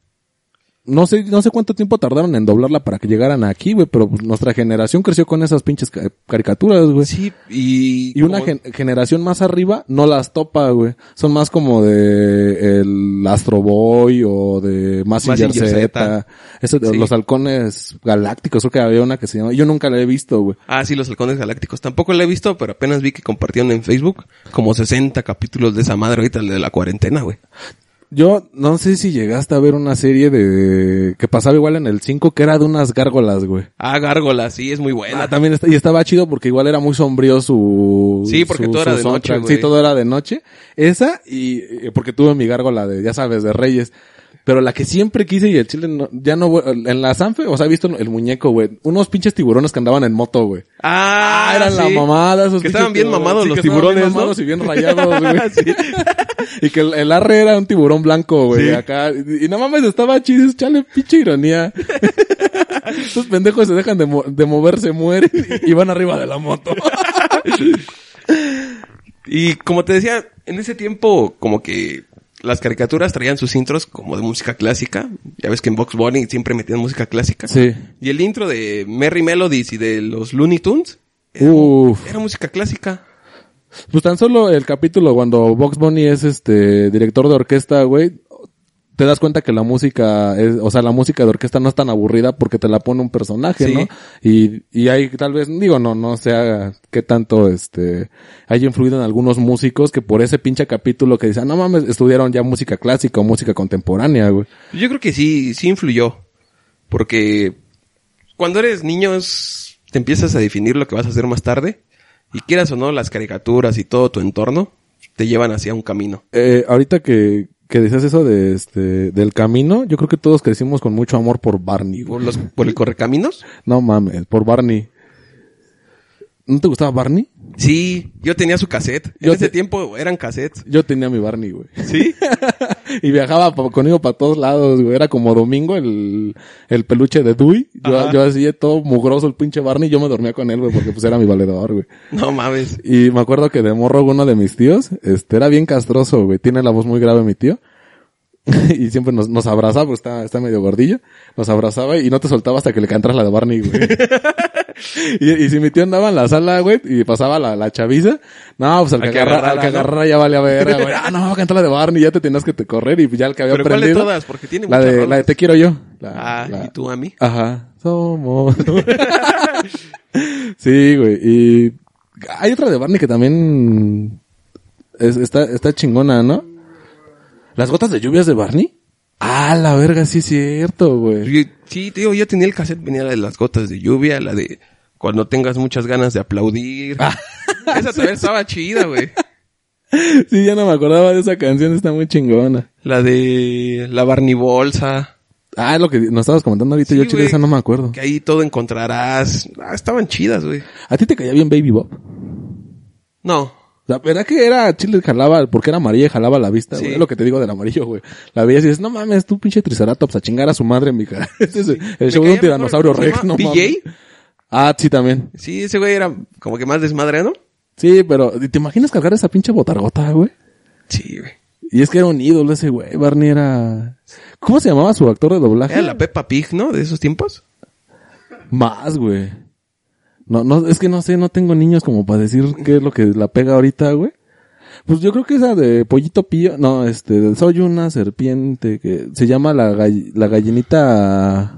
No sé, no sé cuánto tiempo tardaron en doblarla para que llegaran aquí, güey, pero pues, nuestra generación creció con esas pinches ca- caricaturas, güey. Sí, y... Pues Y una como- gen- generación más arriba no las topa, güey. Son más como de el Astro Boy o de Massinger Mazinger Z. Z. Eso de Sí. Los halcones galácticos, creo que había una que se llama. Yo nunca la he visto, güey. Ah, sí, los halcones galácticos. Tampoco la he visto, pero apenas vi que compartieron en Facebook como 60 capítulos de esa madre ahorita, el de la cuarentena, güey. Yo no sé si llegaste a ver una serie de que pasaba igual en el 5 que era de unas gárgolas, güey. Ah, Gárgola, sí, es muy buena. Ah, también está- y estaba chido porque igual era muy sombrío su Sí, porque su- todo era su de soundtrack. noche, güey. Sí, todo era de noche. Esa y eh, porque tuve mi gárgola de ya sabes, de Reyes. Pero la que siempre quise y el chile no- ya no voy- en la Sanfe, o sea, he visto el muñeco, güey, unos pinches tiburones que andaban en moto, güey. Ah, Ah, eran la sí. mamada. Esos pinches Que estaban bien tiburones. mamados Sí, los que estaban bien tiburones, ¿no? Ah, mamados y bien rayados, güey. Sí. Y que el, el arre era un tiburón blanco, güey, Sí. acá. Y, y no mames, estaba chido. Chale, pinche ironía. Estos pendejos se dejan de, mo- de moverse, mueren y, y van arriba de la moto. Y como te decía, en ese tiempo como que las caricaturas traían sus intros como de música clásica. Ya ves que en Box Bunny siempre metían música clásica. Sí. Y el intro de Merry Melodies y de los Looney Tunes era, Uf. era música clásica. Pues tan solo el capítulo cuando Box Bunny es este director de orquesta, güey. Te das cuenta que la música, es, o sea, la música de orquesta no es tan aburrida porque te la pone un personaje, Sí. ¿no? Y, y ahí tal vez, digo, no, no sea qué tanto, este, haya influido en algunos músicos que por ese pinche capítulo que dicen, "Ah, no mames, estudiaron ya música clásica o música contemporánea, güey. Yo creo que sí, sí influyó. Porque cuando eres niño es- te empiezas a definir lo que vas a hacer más tarde. Y quieras o no, las caricaturas y todo tu entorno te llevan hacia un camino. Eh, ahorita que, que decías eso de, este, del camino, yo creo que todos crecimos con mucho amor por Barney, güey. ¿Por, los, por el correcaminos? No mames, por Barney. ¿No te gustaba Barney? Sí, yo tenía su cassette. Yo en ese te- tiempo eran cassettes. Yo tenía mi Barney, güey. ¿Sí? Y viajaba pa- conmigo para todos lados, güey. Era como domingo el, el peluche de Dewey. Yo, Ajá. yo así, todo mugroso el pinche Barney. Yo me dormía con él, güey, porque pues era mi valedor, güey. No mames. Y me acuerdo que de morro uno de mis tíos, este, era bien castroso, güey. Tiene la voz muy grave mi tío. y siempre nos, nos abrazaba, porque está, está medio gordillo. Nos abrazaba y no te soltaba hasta que le cantaras la de Barney, güey. y, y si mi tío andaba en la sala, güey, y pasaba la, la chaviza, no, pues al, Al que, que agarra, al agarrara, que ¿no? agarrara ya vale a ver, güey. Ah, no, va a cantar la de Barney, ya te tenías que te correr y ya el que había ¿Pero cuál de aprendido. todas? Porque tiene la muchas de, la rolas. de Te quiero yo. La- Ah, la- ¿y tú a mí? Ajá. Somos. sí, güey. Y hay otra de Barney que también es- está, está chingona, ¿no? ¿Las gotas de lluvias de Barney? Ah, la verga, sí es cierto, güey. Yo- Sí, tío, yo tenía el cassette. Venía la de las gotas de lluvia, la de cuando tengas muchas ganas de aplaudir. Esa también estaba chida, güey. Sí, ya no me acordaba de esa canción, está muy chingona. La de la Barney Bolsa. Ah, es lo que nos estabas comentando ahorita, yo Sí, chido, güey, esa no me acuerdo. Que ahí todo encontrarás. Ah, estaban chidas, güey. ¿A ti te caía bien Baby Bob? No. La verdad que era Chile jalaba, porque era amarilla y jalaba la vista, Sí. güey. Es lo que te digo del amarillo, güey. La veías y dices, no mames, tú pinche triceratops a chingar a su madre, mija. Este es el- el Me show de un caía mejor, tiranosaurio ¿cómo se rex, llama? no mames. ¿PJ? Ah, sí, también. Sí, ese güey era como que más desmadre, ¿no? Sí, pero ¿te imaginas cargar esa pinche botargota, güey? Sí, güey. Y es que era un ídolo ese güey, Barney era... ¿Cómo se llamaba su actor de doblaje? Era la Peppa Pig, ¿no? De esos tiempos. Más, güey. No, no, es que no sé, no tengo niños como para decir qué es lo que la pega ahorita, güey. Pues yo creo que esa de Pollito Pío, no, este, soy una serpiente que se llama la, gall- la gallinita...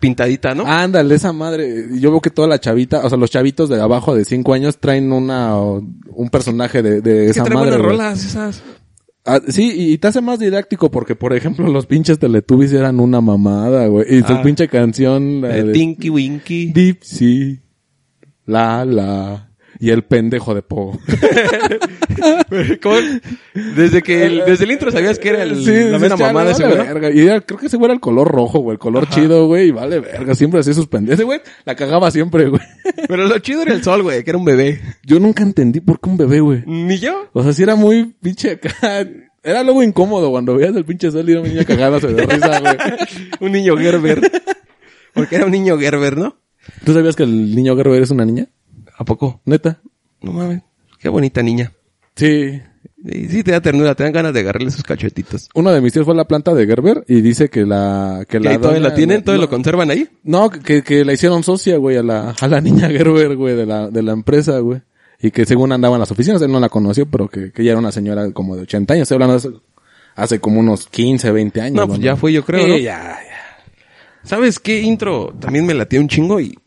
Pintadita, ¿no? Ándale, esa madre. Y Yo veo que toda la chavita, o sea, los chavitos de abajo de 5 años traen una, o- un personaje de, de es que esa trae madre. buenas güey. rolas esas. Ah, sí, y, y te hace más didáctico porque, por ejemplo, los pinches Teletubbies eran una mamada, güey. Y su Ah. pinche canción... la La de de- Tinky Winky. Dipsy. La, la. Y el pendejo de Po. ¿Cómo? Desde que el, desde el intro sabías que era el, Sí, la sí, mera sí, mamada vale ese güey. ¿no? verga. Y era- creo que ese güey era el color rojo, güey. El color chido, güey. Y vale verga. Siempre hacía sus pendejos. Ese güey la cagaba siempre, güey. Pero lo chido era el sol, güey, que era un bebé. Yo nunca entendí por qué un bebé, güey. Ni yo. O sea, sí era muy pinche acá. Era luego incómodo cuando veías el pinche sol y era un niño cagándose de risa, güey. un niño Gerber. Porque era un niño Gerber, ¿no? ¿Tú sabías que el niño Gerber es una niña? ¿A poco? ¿Neta? No mames. Qué bonita niña. Sí. Y sí te da ternura, te dan ganas de agarrarle sus cachetitos. Uno de mis tíos fue a la planta de Gerber y dice que la... Que ¿Y la ahí todavía dona- la tienen? no- ¿Todavía lo conservan ahí? No, que, que la hicieron socia, güey, a la, a la niña Gerber, güey, de la, de la empresa, güey. Y que según andaba en las oficinas, él no la conoció, pero que, que ella era una señora como de 80 años. Estoy hablando de hace, hace como unos 15, 20 años. No, pues ya fue, yo creo, Sí, ¿no? ya, ya. ¿Sabes qué intro? También me latía un chingo y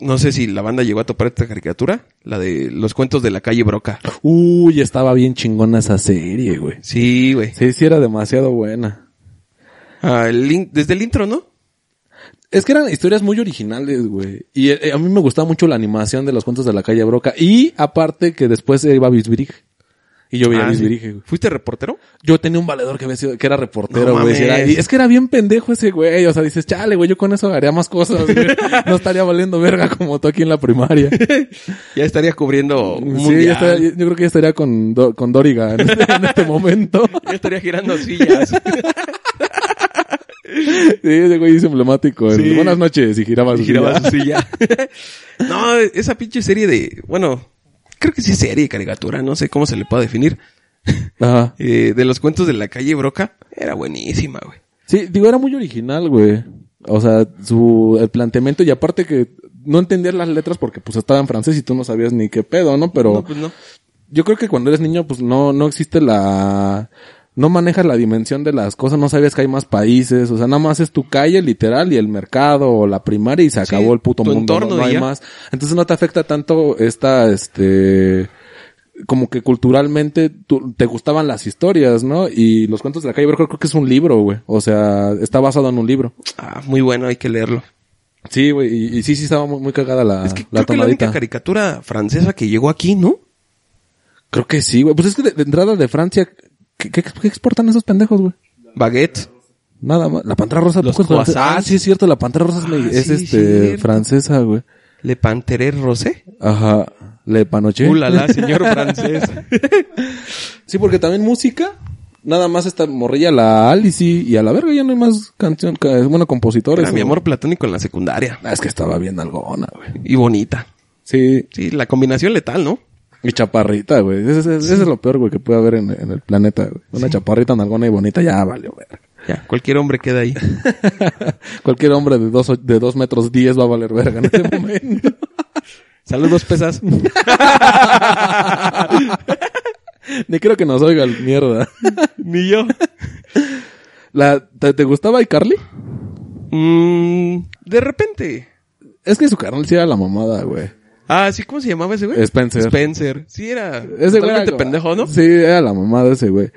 No sé si la banda llegó a topar esta caricatura, la de los cuentos de la calle Broca. Uy, estaba bien chingona esa serie, güey. Sí, güey. Sí, sí, era demasiado buena. Ah, el in- desde el intro, ¿no? Es que eran historias muy originales, güey. Y eh, a mí me gustaba mucho la animación de los cuentos de la calle Broca. Y aparte que después se iba a Bisbirige. Y yo veía Ah, sí. Bisbirige, güey. ¿Fuiste reportero? Yo tenía un valedor que, había sido, que era No reportero, güey. mames. y era- y es que era bien pendejo ese güey. O sea, dices, chale, güey, yo con eso haría más cosas, güey. No estaría valiendo verga como tú aquí en la primaria. Ya estaría cubriendo un Sí, mundial. ya estaría- yo creo que ya estaría con, Do- con Doriga en este, en este momento. Ya estaría girando sillas. Sí, ese güey es emblemático. el Sí. Buenas noches y giraba su Y giraba silla. su silla. no, esa pinche serie de, bueno, creo que sí es serie, caricatura, no sé cómo se le pueda definir. Ajá. Eh, de los cuentos de la calle Broca, era buenísima, güey. Sí, digo, era muy original, güey. O sea, su el planteamiento y aparte que no entender las letras porque pues estaba en francés y tú no sabías ni qué pedo, ¿no? Pero No, pues no. yo creo que cuando eres niño pues no no existe la no manejas la dimensión de las cosas, no sabías que hay más países, o sea, nada más es tu calle literal y el mercado o la primaria y se Sí, acabó el puto tu mundo, no- entorno no y hay ya. más. Entonces no te afecta tanto esta este como que culturalmente tú- te gustaban las historias, ¿no? Y los cuentos de la calle Broca creo que es un libro, güey. O sea, está basado en un libro. Ah, muy bueno, hay que leerlo. Sí, güey. Y, y sí, sí estaba muy, muy cagada la, es que Ah, la creo que la tomadita. única caricatura francesa que llegó aquí, ¿no? creo que sí, güey. Pues es que de, de entrada de Francia, ¿qué, qué- qué exportan esos pendejos, güey? Baguette. Nada más. La pantera rosa Los poco es francesa. croissants. Ah, sí, es cierto. La pantera rosa es, me- Ah, es, sí, este, cierto. francesa, güey. Le Panteré Rosé. Ajá. Le panoche. Ulala, señor francés. Sí, porque también música. Nada más está morrilla la Alice y a la verga ya no hay más canción. ca- Bueno, compositores. Era mi ¿no? amor platónico en la secundaria. Ah, es que estaba bien algona, güey. Y bonita. Sí. Sí, la combinación letal, ¿no? Y chaparrita, güey. Ese, ese- ese es lo peor, güey, que puede haber en, en el planeta, güey. Una chaparrita nalgona y bonita ya valió verga. Ya, cualquier hombre queda ahí. Cualquier hombre de dos, o- de dos metros diez va a valer verga en este momento. Saludos, pesas. Ni creo que nos oiga el mierda. Ni yo. La, ¿te, te gustaba iCarly? Mm, de repente. Es que su carnal sí era la mamada, güey. Ah, sí, ¿cómo se llamaba ese güey? Spencer. Spencer. Sí, era Ese güey totalmente era- pendejo, ¿no? Sí, era la mamada ese güey.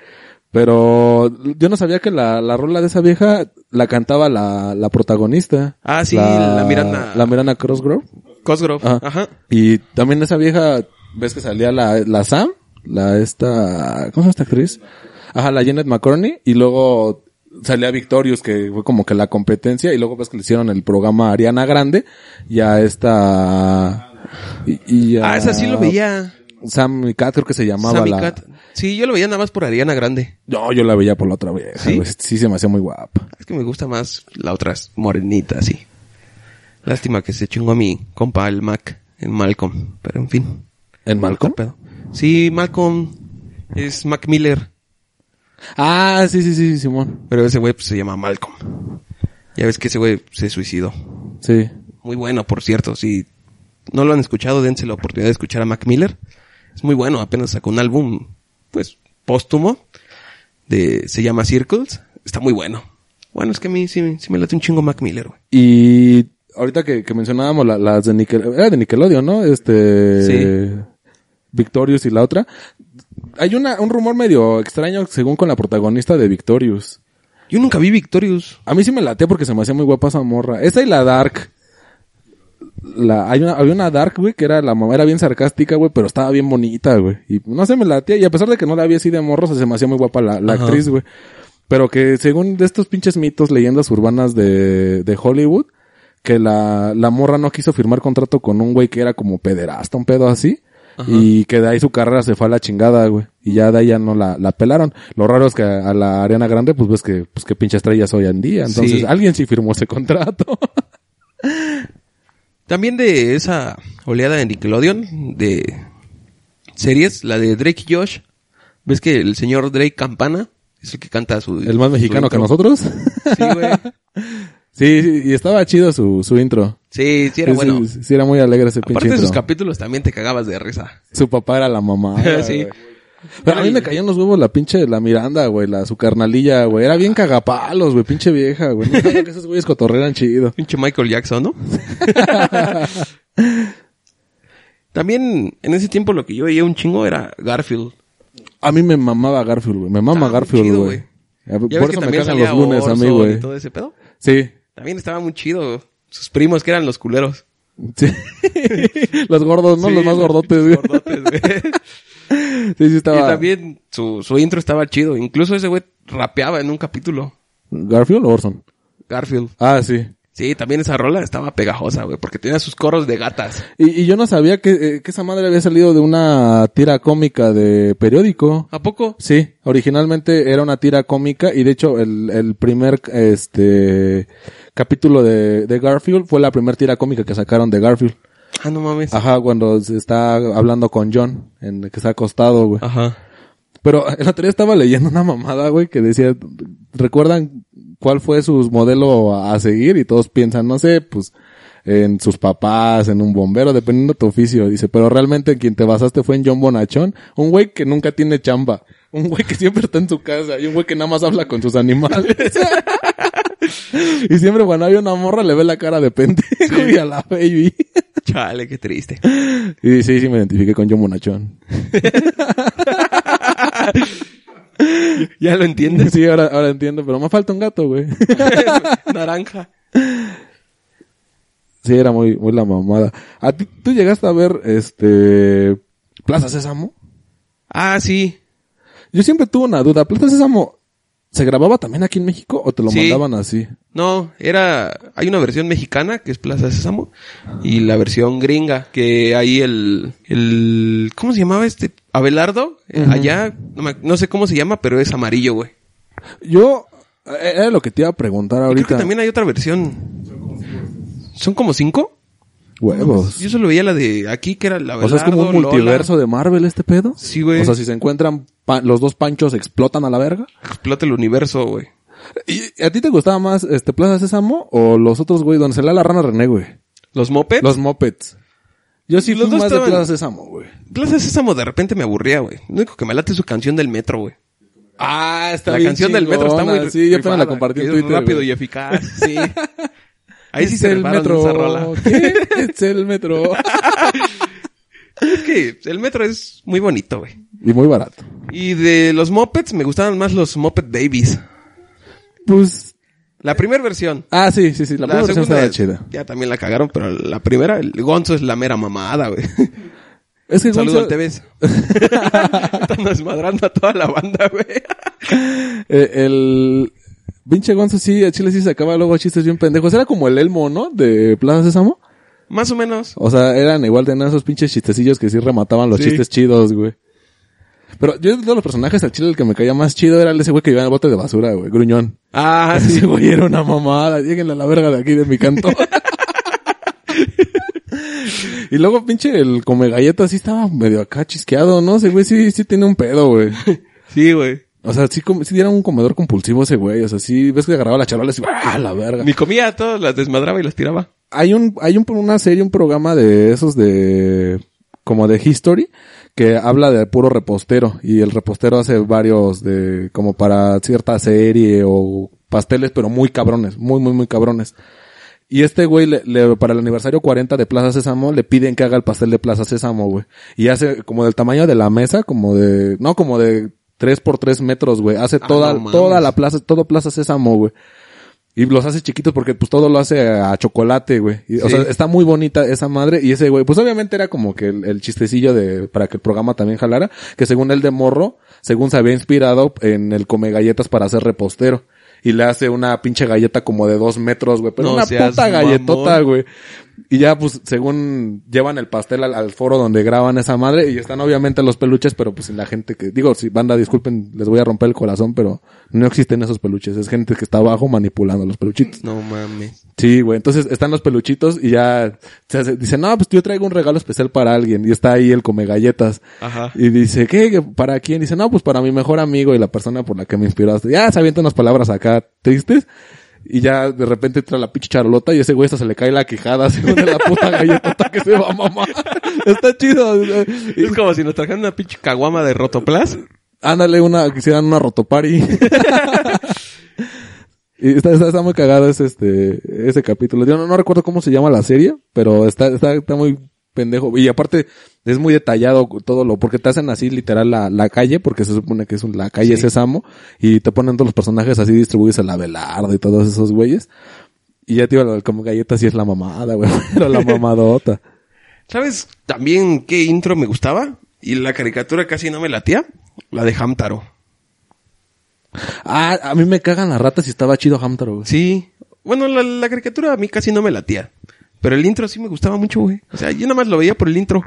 Pero yo no sabía que la, la rola de esa vieja la cantaba la, la protagonista. Ah, sí, la Miranda- La Miranda Crossgrove. Cosgrove. Ah, Ajá. Y también esa vieja, ves que salía la, la Sam, la esta, ¿cómo se llama esta actriz? Ajá, la Janet McCorney, y luego salía Victorious, que fue como que la competencia, y luego ves que le hicieron el programa a Ariana Grande, y a esta... Y, y a- Ah, esa sí lo veía. Sam y Cat creo que se llamaba Sammy la... Cat. Sí, yo lo veía nada más por Ariana Grande. No, yo la veía por la otra vieja, ¿Sí? güey. sí se me hacía muy guapa. Es que me gusta más la otra es morenita, sí. Lástima que se chingó a mi compa, el Mac, el Malcolm. Pero en fin. ¿En Malcolm? Pedo. Sí, Malcolm es Mac Miller. Ah, sí, sí, sí, Simón. Pero ese güey pues, se llama Malcolm. Ya ves que ese güey se suicidó. Sí. Muy bueno, por cierto. Si no lo han escuchado, dense la oportunidad de escuchar a Mac Miller. Es muy bueno, apenas sacó un álbum, pues, póstumo. De, se llama Circles. Está muy bueno. Bueno, es que a mí sí, sí me late un chingo Mac Miller, güey. Y ahorita que, que mencionábamos la- las de Nickelodeon, era de Nickelodeon, ¿no? Este... Sí. Victorious y la otra. Hay una, un rumor medio extraño según con la protagonista de Victorious. Yo nunca vi Victorious. A mí sí me laté porque se me hacía muy guapa esa morra. Esa y la Dark. La, hay una, había una Dark, güey, que era la mamá, era bien sarcástica, güey, pero estaba bien bonita, güey. Y no sé, me latía. Y a pesar de que no la había así de morros, se me hacía muy guapa la, la Ajá. actriz, güey. Pero que según de estos pinches mitos, leyendas urbanas de, de Hollywood, que la, la morra no quiso firmar contrato con un güey que era como pederasta, un pedo así. Y que de ahí su carrera se fue a la chingada, güey. Y ya de ahí ya no la, la pelaron. Lo raro es que a la Ariana Grande, pues ves que, pues qué pinche estrella es hoy en día. Entonces, Sí. alguien sí firmó ese contrato. También de esa oleada de Nickelodeon, de series, la de Drake y Josh. ¿Ves que el señor Drake Campana es el que canta su... El más su mexicano que intro? nosotros. Sí, güey. Sí, sí, y estaba chido su, su intro. Sí, sí era Sí, bueno. Sí, sí era muy alegre ese pinche Aparte de intro. sus capítulos también te cagabas de risa. Su papá era la mamá. sí. güey. Pero a mí me caían los huevos la pinche la Miranda, güey, la su carnalilla, güey. Era bien cagapalos, güey, pinche vieja, güey. No sabía que esos güeyes cotorreran chido. Pinche Michael Jackson, ¿no? También en ese tiempo lo que yo veía un chingo era Garfield. A mí me mamaba Garfield, güey. Me mama Estaba muy Garfield, Ah, chido, güey. A- Ya Por ves que eso me también cagan salía los lunes a mí, Orson güey. y todo ese pedo. Sí. También estaba muy chido. Sus primos que eran los culeros. Sí. los gordos, ¿no? Sí, los más gordotes, güey. los gordotes, güey. Sí, sí Y estaba. también su, su intro estaba chido. Incluso ese güey rapeaba en un capítulo. ¿Garfield o Orson? Garfield. Ah, sí. Sí, también esa rola estaba pegajosa, güey, porque tenía sus coros de gatas. Y, y yo no sabía que, eh, que esa madre había salido de una tira cómica de periódico. ¿A poco? Sí, originalmente era una tira cómica y de hecho el, el primer este capítulo de, de Garfield fue la primera tira cómica que sacaron de Garfield. Ah, no mames. Ajá, cuando se está hablando con John, en el que está acostado, güey. Ajá. Pero el otro día estaba leyendo una mamada, güey, que decía, ¿recuerdan cuál fue su modelo a, a seguir? Y todos piensan, no sé, pues, en sus papás, en un bombero, dependiendo de tu oficio. Dice, pero realmente en quien te basaste fue en John Bonachón, un güey que nunca tiene chamba, un güey que siempre está en su casa y un güey que nada más habla con sus animales. y siempre cuando hay una morra le ve la cara de pendejo y a la baby. Chale, qué triste. Y sí, sí me identifiqué con John Bonachón. ¿Ya lo entiendes? Sí, ahora, ahora entiendo, pero me falta un gato, güey. Naranja. Sí, era muy, muy la mamada. ¿A ti, tú llegaste a ver, este, Plaza Sésamo? Ah, sí. Yo siempre tuve una duda. ¿Plaza Sésamo se grababa también aquí en México o te lo Sí. mandaban así? No, era... Hay una versión mexicana, que es Plaza Sésamo, y la versión gringa, que ahí el... el ¿Cómo se llamaba este? Abelardo, eh, allá, no, me- no sé cómo se llama, pero es amarillo, güey. Yo, eh, era lo que te iba a preguntar Y Creo ahorita. que también hay otra versión. ¿Son como cinco? Huevos. Yo solo veía la de aquí, que era la O sea, es como un Abelardo, Lola. multiverso de Marvel este pedo. Sí, güey. O sea, si se encuentran pa- los dos panchos explotan a la verga. Explota el universo, güey. ¿Y a ti te gustaba más este Plaza Sésamo o los otros güey donde se la la rana René, güey? Los mopeds. Los Muppets. Yo sí ¿Eh? Los fui dos más estaban- de Plaza Sésamo, güey. Plaza Sésamo de repente me aburría, güey. Lo único que me late es su canción del metro, güey. Ah, está La canción del metro está muy Sí, yo apenas rifada, la compartí que en es Twitter. Rápido güey. y eficaz, sí. Ahí sí Es se el metro. esa rola. ¿Qué? Es el metro. Es que el metro es muy bonito, güey. y muy barato. Y de los mopeds me gustaban más los moped babies. Pues, La primera versión. ah, sí, sí, sí, la, primera versión estaba chida. Ya también la cagaron, pero la primera, el Gonzo es la mera mamada, güey. Es que Saludo Gonzo- al TVs. Están desmadrando a toda la banda, güey. eh, el pinche Gonzo sí, a Chile sí sacaba luego chistes bien pendejos. Era como el Elmo, ¿no? De Plaza Sésamo. Más o menos. O sea, eran igual de esos pinches chistecillos que sí remataban los Sí. chistes chidos, güey. Pero yo de todos los personajes al chile el que me caía más chido era el de ese güey que iba en el bote de basura, güey, gruñón. Ah, Así, güey, era una mamada. Lleguen a la verga de aquí de mi canto. y luego, pinche, el come galleta sí estaba medio acá chisqueado, ¿no? Ese güey sí, sí tiene un pedo, güey. sí, güey. O sea, sí, com- sí era un comedor compulsivo ese güey. O sea, sí ves que agarraba las charolas y ¡ah, la verga! Ni comía, todas las desmadraba y las tiraba. Hay un, hay un, una serie, un programa de esos de, como de History, que habla de puro repostero. Y el repostero hace varios de, como para cierta serie o pasteles, pero muy cabrones, muy, muy, muy cabrones. Y este güey, le, le- para el aniversario 40 de Plaza Sésamo, le piden que haga el pastel de Plaza Sésamo, güey. Y hace como del tamaño de la mesa, como de, no, como de 3 por 3 metros, güey. Hace Ah, toda, no mames. toda la plaza, todo Plaza Sésamo, güey. Y los hace chiquitos porque pues todo lo hace a chocolate, güey. Y, O Sí. sea, está muy bonita esa madre. Y ese güey, pues obviamente era como que el, el chistecillo de, para que el programa también jalara, que según el de morro, según se había inspirado en el come galletas para hacer repostero. Y le hace una pinche galleta como de dos metros, güey. Pero No una seas puta mamón. galletota, güey. Y ya, pues, según llevan el pastel al, al foro donde graban esa madre, y están obviamente los peluches, pero pues la gente que, digo, si banda, disculpen, les voy a romper el corazón, pero no existen esos peluches, es gente que está abajo manipulando los peluchitos. No mames. Sí, güey, entonces están los peluchitos y ya se hace- dice, no, pues yo traigo un regalo especial para alguien, y está ahí el come galletas. Ajá. Y dice, ¿qué? ¿Que ¿Para quién? Dice, no, pues para mi mejor amigo y la persona por la que me inspiraste. Ya se avientan unas palabras acá tristes. Y ya de repente entra la pinche charolota y ese güey hasta se le cae la quijada según de la puta galletota que se va a mamar. Está chido. Y- Es como si nos trajeran una pinche caguama de Rotoplas. ándale una, que hicieran una rotopari. Y está, está, está muy cagado ese, este, ese capítulo. Yo no, no recuerdo cómo se llama la serie, pero está, está, está muy pendejo. Y aparte, es muy detallado todo lo, porque te hacen así literal la, la calle, porque se supone que es un- la calle Sí. Sésamo, y te ponen todos los personajes así distribuidos a la velarda y todos esos güeyes. Y ya te iba a lo del como galleta, sí es la mamada, güey. Era la mamadota. ¿Sabes también qué intro me gustaba? Y la caricatura casi no me latía. La de Hamtaro. Ah, a mí me cagan las ratas y estaba chido Hamtaro, güey. Sí. Bueno, la, la caricatura a mí casi no me latía. Pero el intro sí me gustaba mucho, güey. O sea, yo nada más lo veía por el intro.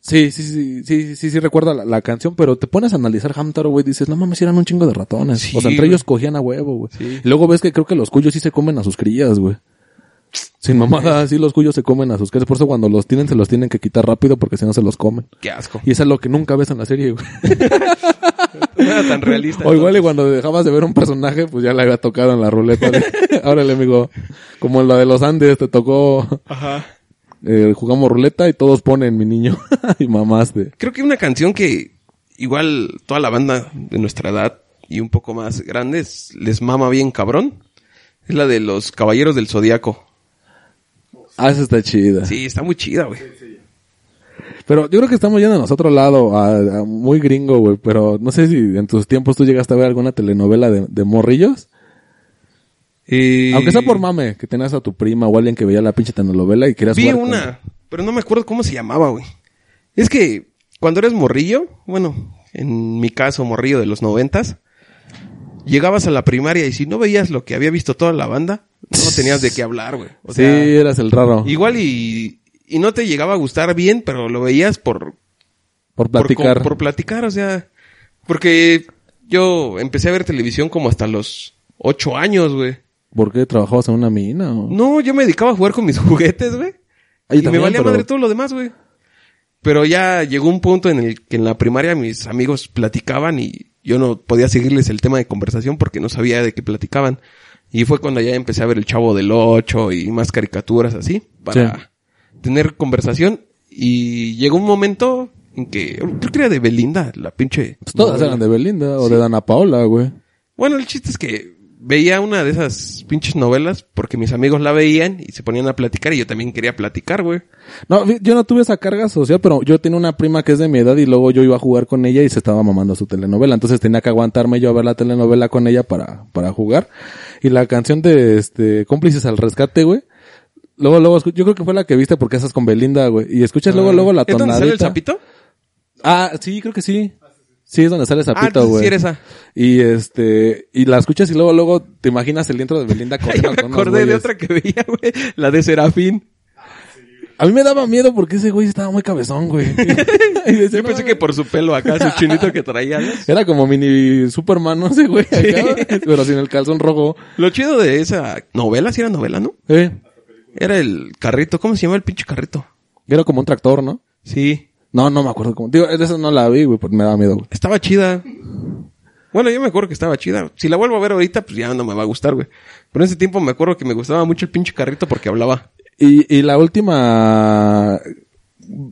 Sí, sí, sí, sí, sí, sí, sí, recuerdo la, la canción, pero te pones a analizar Hamtaro, güey, dices, no mames, eran un chingo de ratones. Sí, o sea, entre güey. ellos cogían a huevo, güey. Sí. Y Luego ves que creo que los cuyos sí se comen a sus crías, güey. Sin mamada, sí los cuyos se comen a sus crías. Por eso cuando los tienen, se los tienen que quitar rápido porque si no se los comen. Qué asco. Y eso es lo que nunca ves en la serie, güey. No era tan realista. O igual y cuando dejabas de ver un personaje, pues ya le había tocado en la ruleta. de- Ahora le amigo, como en la de los Andes, te tocó, Ajá. eh, jugamos ruleta y todos ponen mi niño. y mamaste. Creo que una canción que igual toda la banda de nuestra edad y un poco más grandes les mama bien cabrón. Es la de los Caballeros del Zodíaco. Ah, esa está chida. Sí, está muy chida, güey. Pero yo creo que estamos yendo a otro lado, a, a muy gringo, güey. Pero no sé si en tus tiempos tú llegaste a ver alguna telenovela de, de morrillos. Eh, Aunque sea por mame, que tenías a tu prima o alguien que veía la pinche telenovela y querías Vi jugar con- una, pero no me acuerdo cómo se llamaba, güey. Es que cuando eres morrillo, bueno, en mi caso, morrillo de los noventas, llegabas a la primaria y si no veías lo que había visto toda la banda, no tenías de qué hablar, güey. O sí, sea, eras el raro. igual y, y no te llegaba a gustar bien, pero lo veías por por por co- platicar. Por, platicar, o sea. Porque yo empecé a ver televisión como hasta los ocho años, güey. ¿Por qué trabajabas en una mina? o- No, yo me dedicaba a jugar con mis juguetes, güey. Ah, yo Y me también, valía pero- madre todo lo demás, güey. Pero ya llegó un punto en el que en la primaria mis amigos platicaban y yo no podía seguirles el tema de conversación porque no sabía de qué platicaban. Y fue cuando ya empecé a ver el Chavo del Ocho y más caricaturas así para Sí. tener conversación. Y llegó un momento en que creo que era de Belinda, la pinche. Pues todas novela. eran de Belinda o de Dana Paola, güey. Bueno, el chiste es que veía una de esas pinches novelas porque mis amigos la veían y se ponían a platicar y yo también quería platicar, güey. No, vi- yo no tuve esa carga social, pero yo tenía una prima que es de mi edad y luego yo iba a jugar con ella y se estaba mamando su telenovela. Entonces tenía que aguantarme yo a ver la telenovela con ella para, para jugar. Y la canción de este Cómplices al Rescate, güey. Luego, luego, escu- yo creo que fue la que viste porque esas con Belinda, güey. Y escuchas luego, luego la Ah, ¿Es donde tonadita. sale el sapito? Ah, sí, creo que sí. Sí, es donde sale el Ah, sapito, entonces güey. sí era esa. Y este, y la escuchas y luego, luego te imaginas el intro de Belinda con Yo me acordé de otra que veía, güey. La de Serafín. A mí me daba miedo porque ese güey estaba muy cabezón, güey. Y decía, Yo "No, pensé que por su pelo acá, su chinito que traía. ¿no? Era como mini Superman, no sé, güey. acá, Pero sin el calzón rojo. Lo chido de esa novela, si era novela, ¿no? Eh, Era el carrito. ¿Cómo se llama el pinche carrito? era como un tractor, ¿no? Sí. No, no me acuerdo cómo. Digo, esa no la vi, güey, porque me daba miedo, güey. Estaba chida. Bueno, yo me acuerdo que estaba chida. Si la vuelvo a ver ahorita, pues ya no me va a gustar, güey. Pero en ese tiempo me acuerdo que me gustaba mucho el pinche carrito porque hablaba. Y, y la última...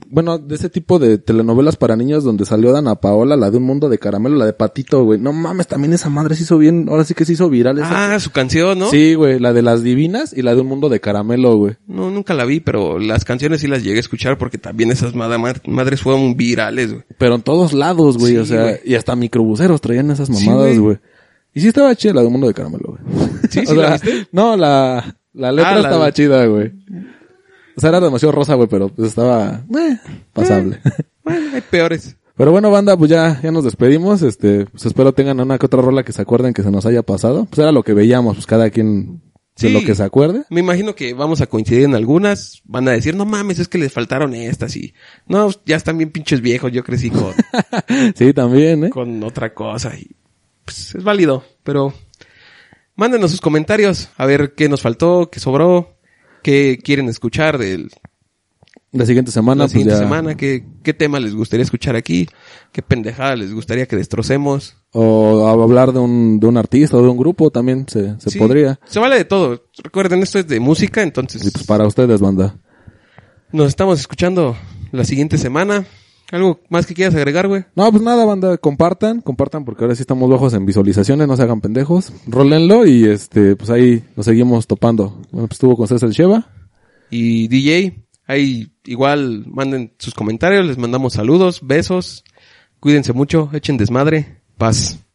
Bueno, de ese tipo de telenovelas para niños donde salió Dana Paola, la de Un Mundo de Caramelo, la de Patito, güey. No mames, también esa madre se hizo bien. Ahora sí que se hizo viral esa. Ah, su canción, ¿no? Sí, güey, la de las divinas y la de Un Mundo de Caramelo, güey. No, nunca la vi, pero las canciones sí las llegué a escuchar porque también esas mada- ma- madres fueron virales, güey. Pero en todos lados, güey. Sí, o sea, güey. y hasta microbuseros traían esas Sí, mamadas, güey. güey. y sí estaba chida la de Mundo de Caramelo, güey. Sí, O sí, ¿la sea, viste? No, la, la letra Ah, la estaba de- chida, güey. O sea, era demasiado rosa, güey, pero pues estaba eh, pasable. Eh. Bueno, hay peores. Pero bueno, banda, pues ya, ya nos despedimos. Este, pues espero tengan una que otra rola que se acuerden que se nos haya pasado. Pues era lo que veíamos, pues cada quien de Sí. lo que se acuerde. Me imagino que vamos a coincidir en algunas. Van a decir, no mames, es que les faltaron estas y... No, ya están bien pinches viejos, yo crecí con, sí, también, eh. con otra cosa y... Pues es válido, pero... Mándenos sus comentarios a ver qué nos faltó, qué sobró, qué quieren escuchar del La siguiente semana, la pues siguiente ya. semana, qué, qué tema les gustaría escuchar aquí, qué pendejada les gustaría que destrocemos. O a- hablar de un, de un artista o de un grupo también se, se Sí, podría. Se vale de todo. Recuerden, esto es de música, entonces Y pues para ustedes, pues, banda. nos estamos escuchando la siguiente semana. ¿Algo más que quieras agregar, güey? No, pues nada, banda, compartan, compartan porque ahora sí estamos bajos en visualizaciones, no se hagan pendejos. Rólenlo y este, pues ahí nos seguimos topando. Bueno, pues estuvo con César Sheva. Y DJ, ahí igual manden sus comentarios, les mandamos saludos, besos, cuídense mucho, echen desmadre, paz.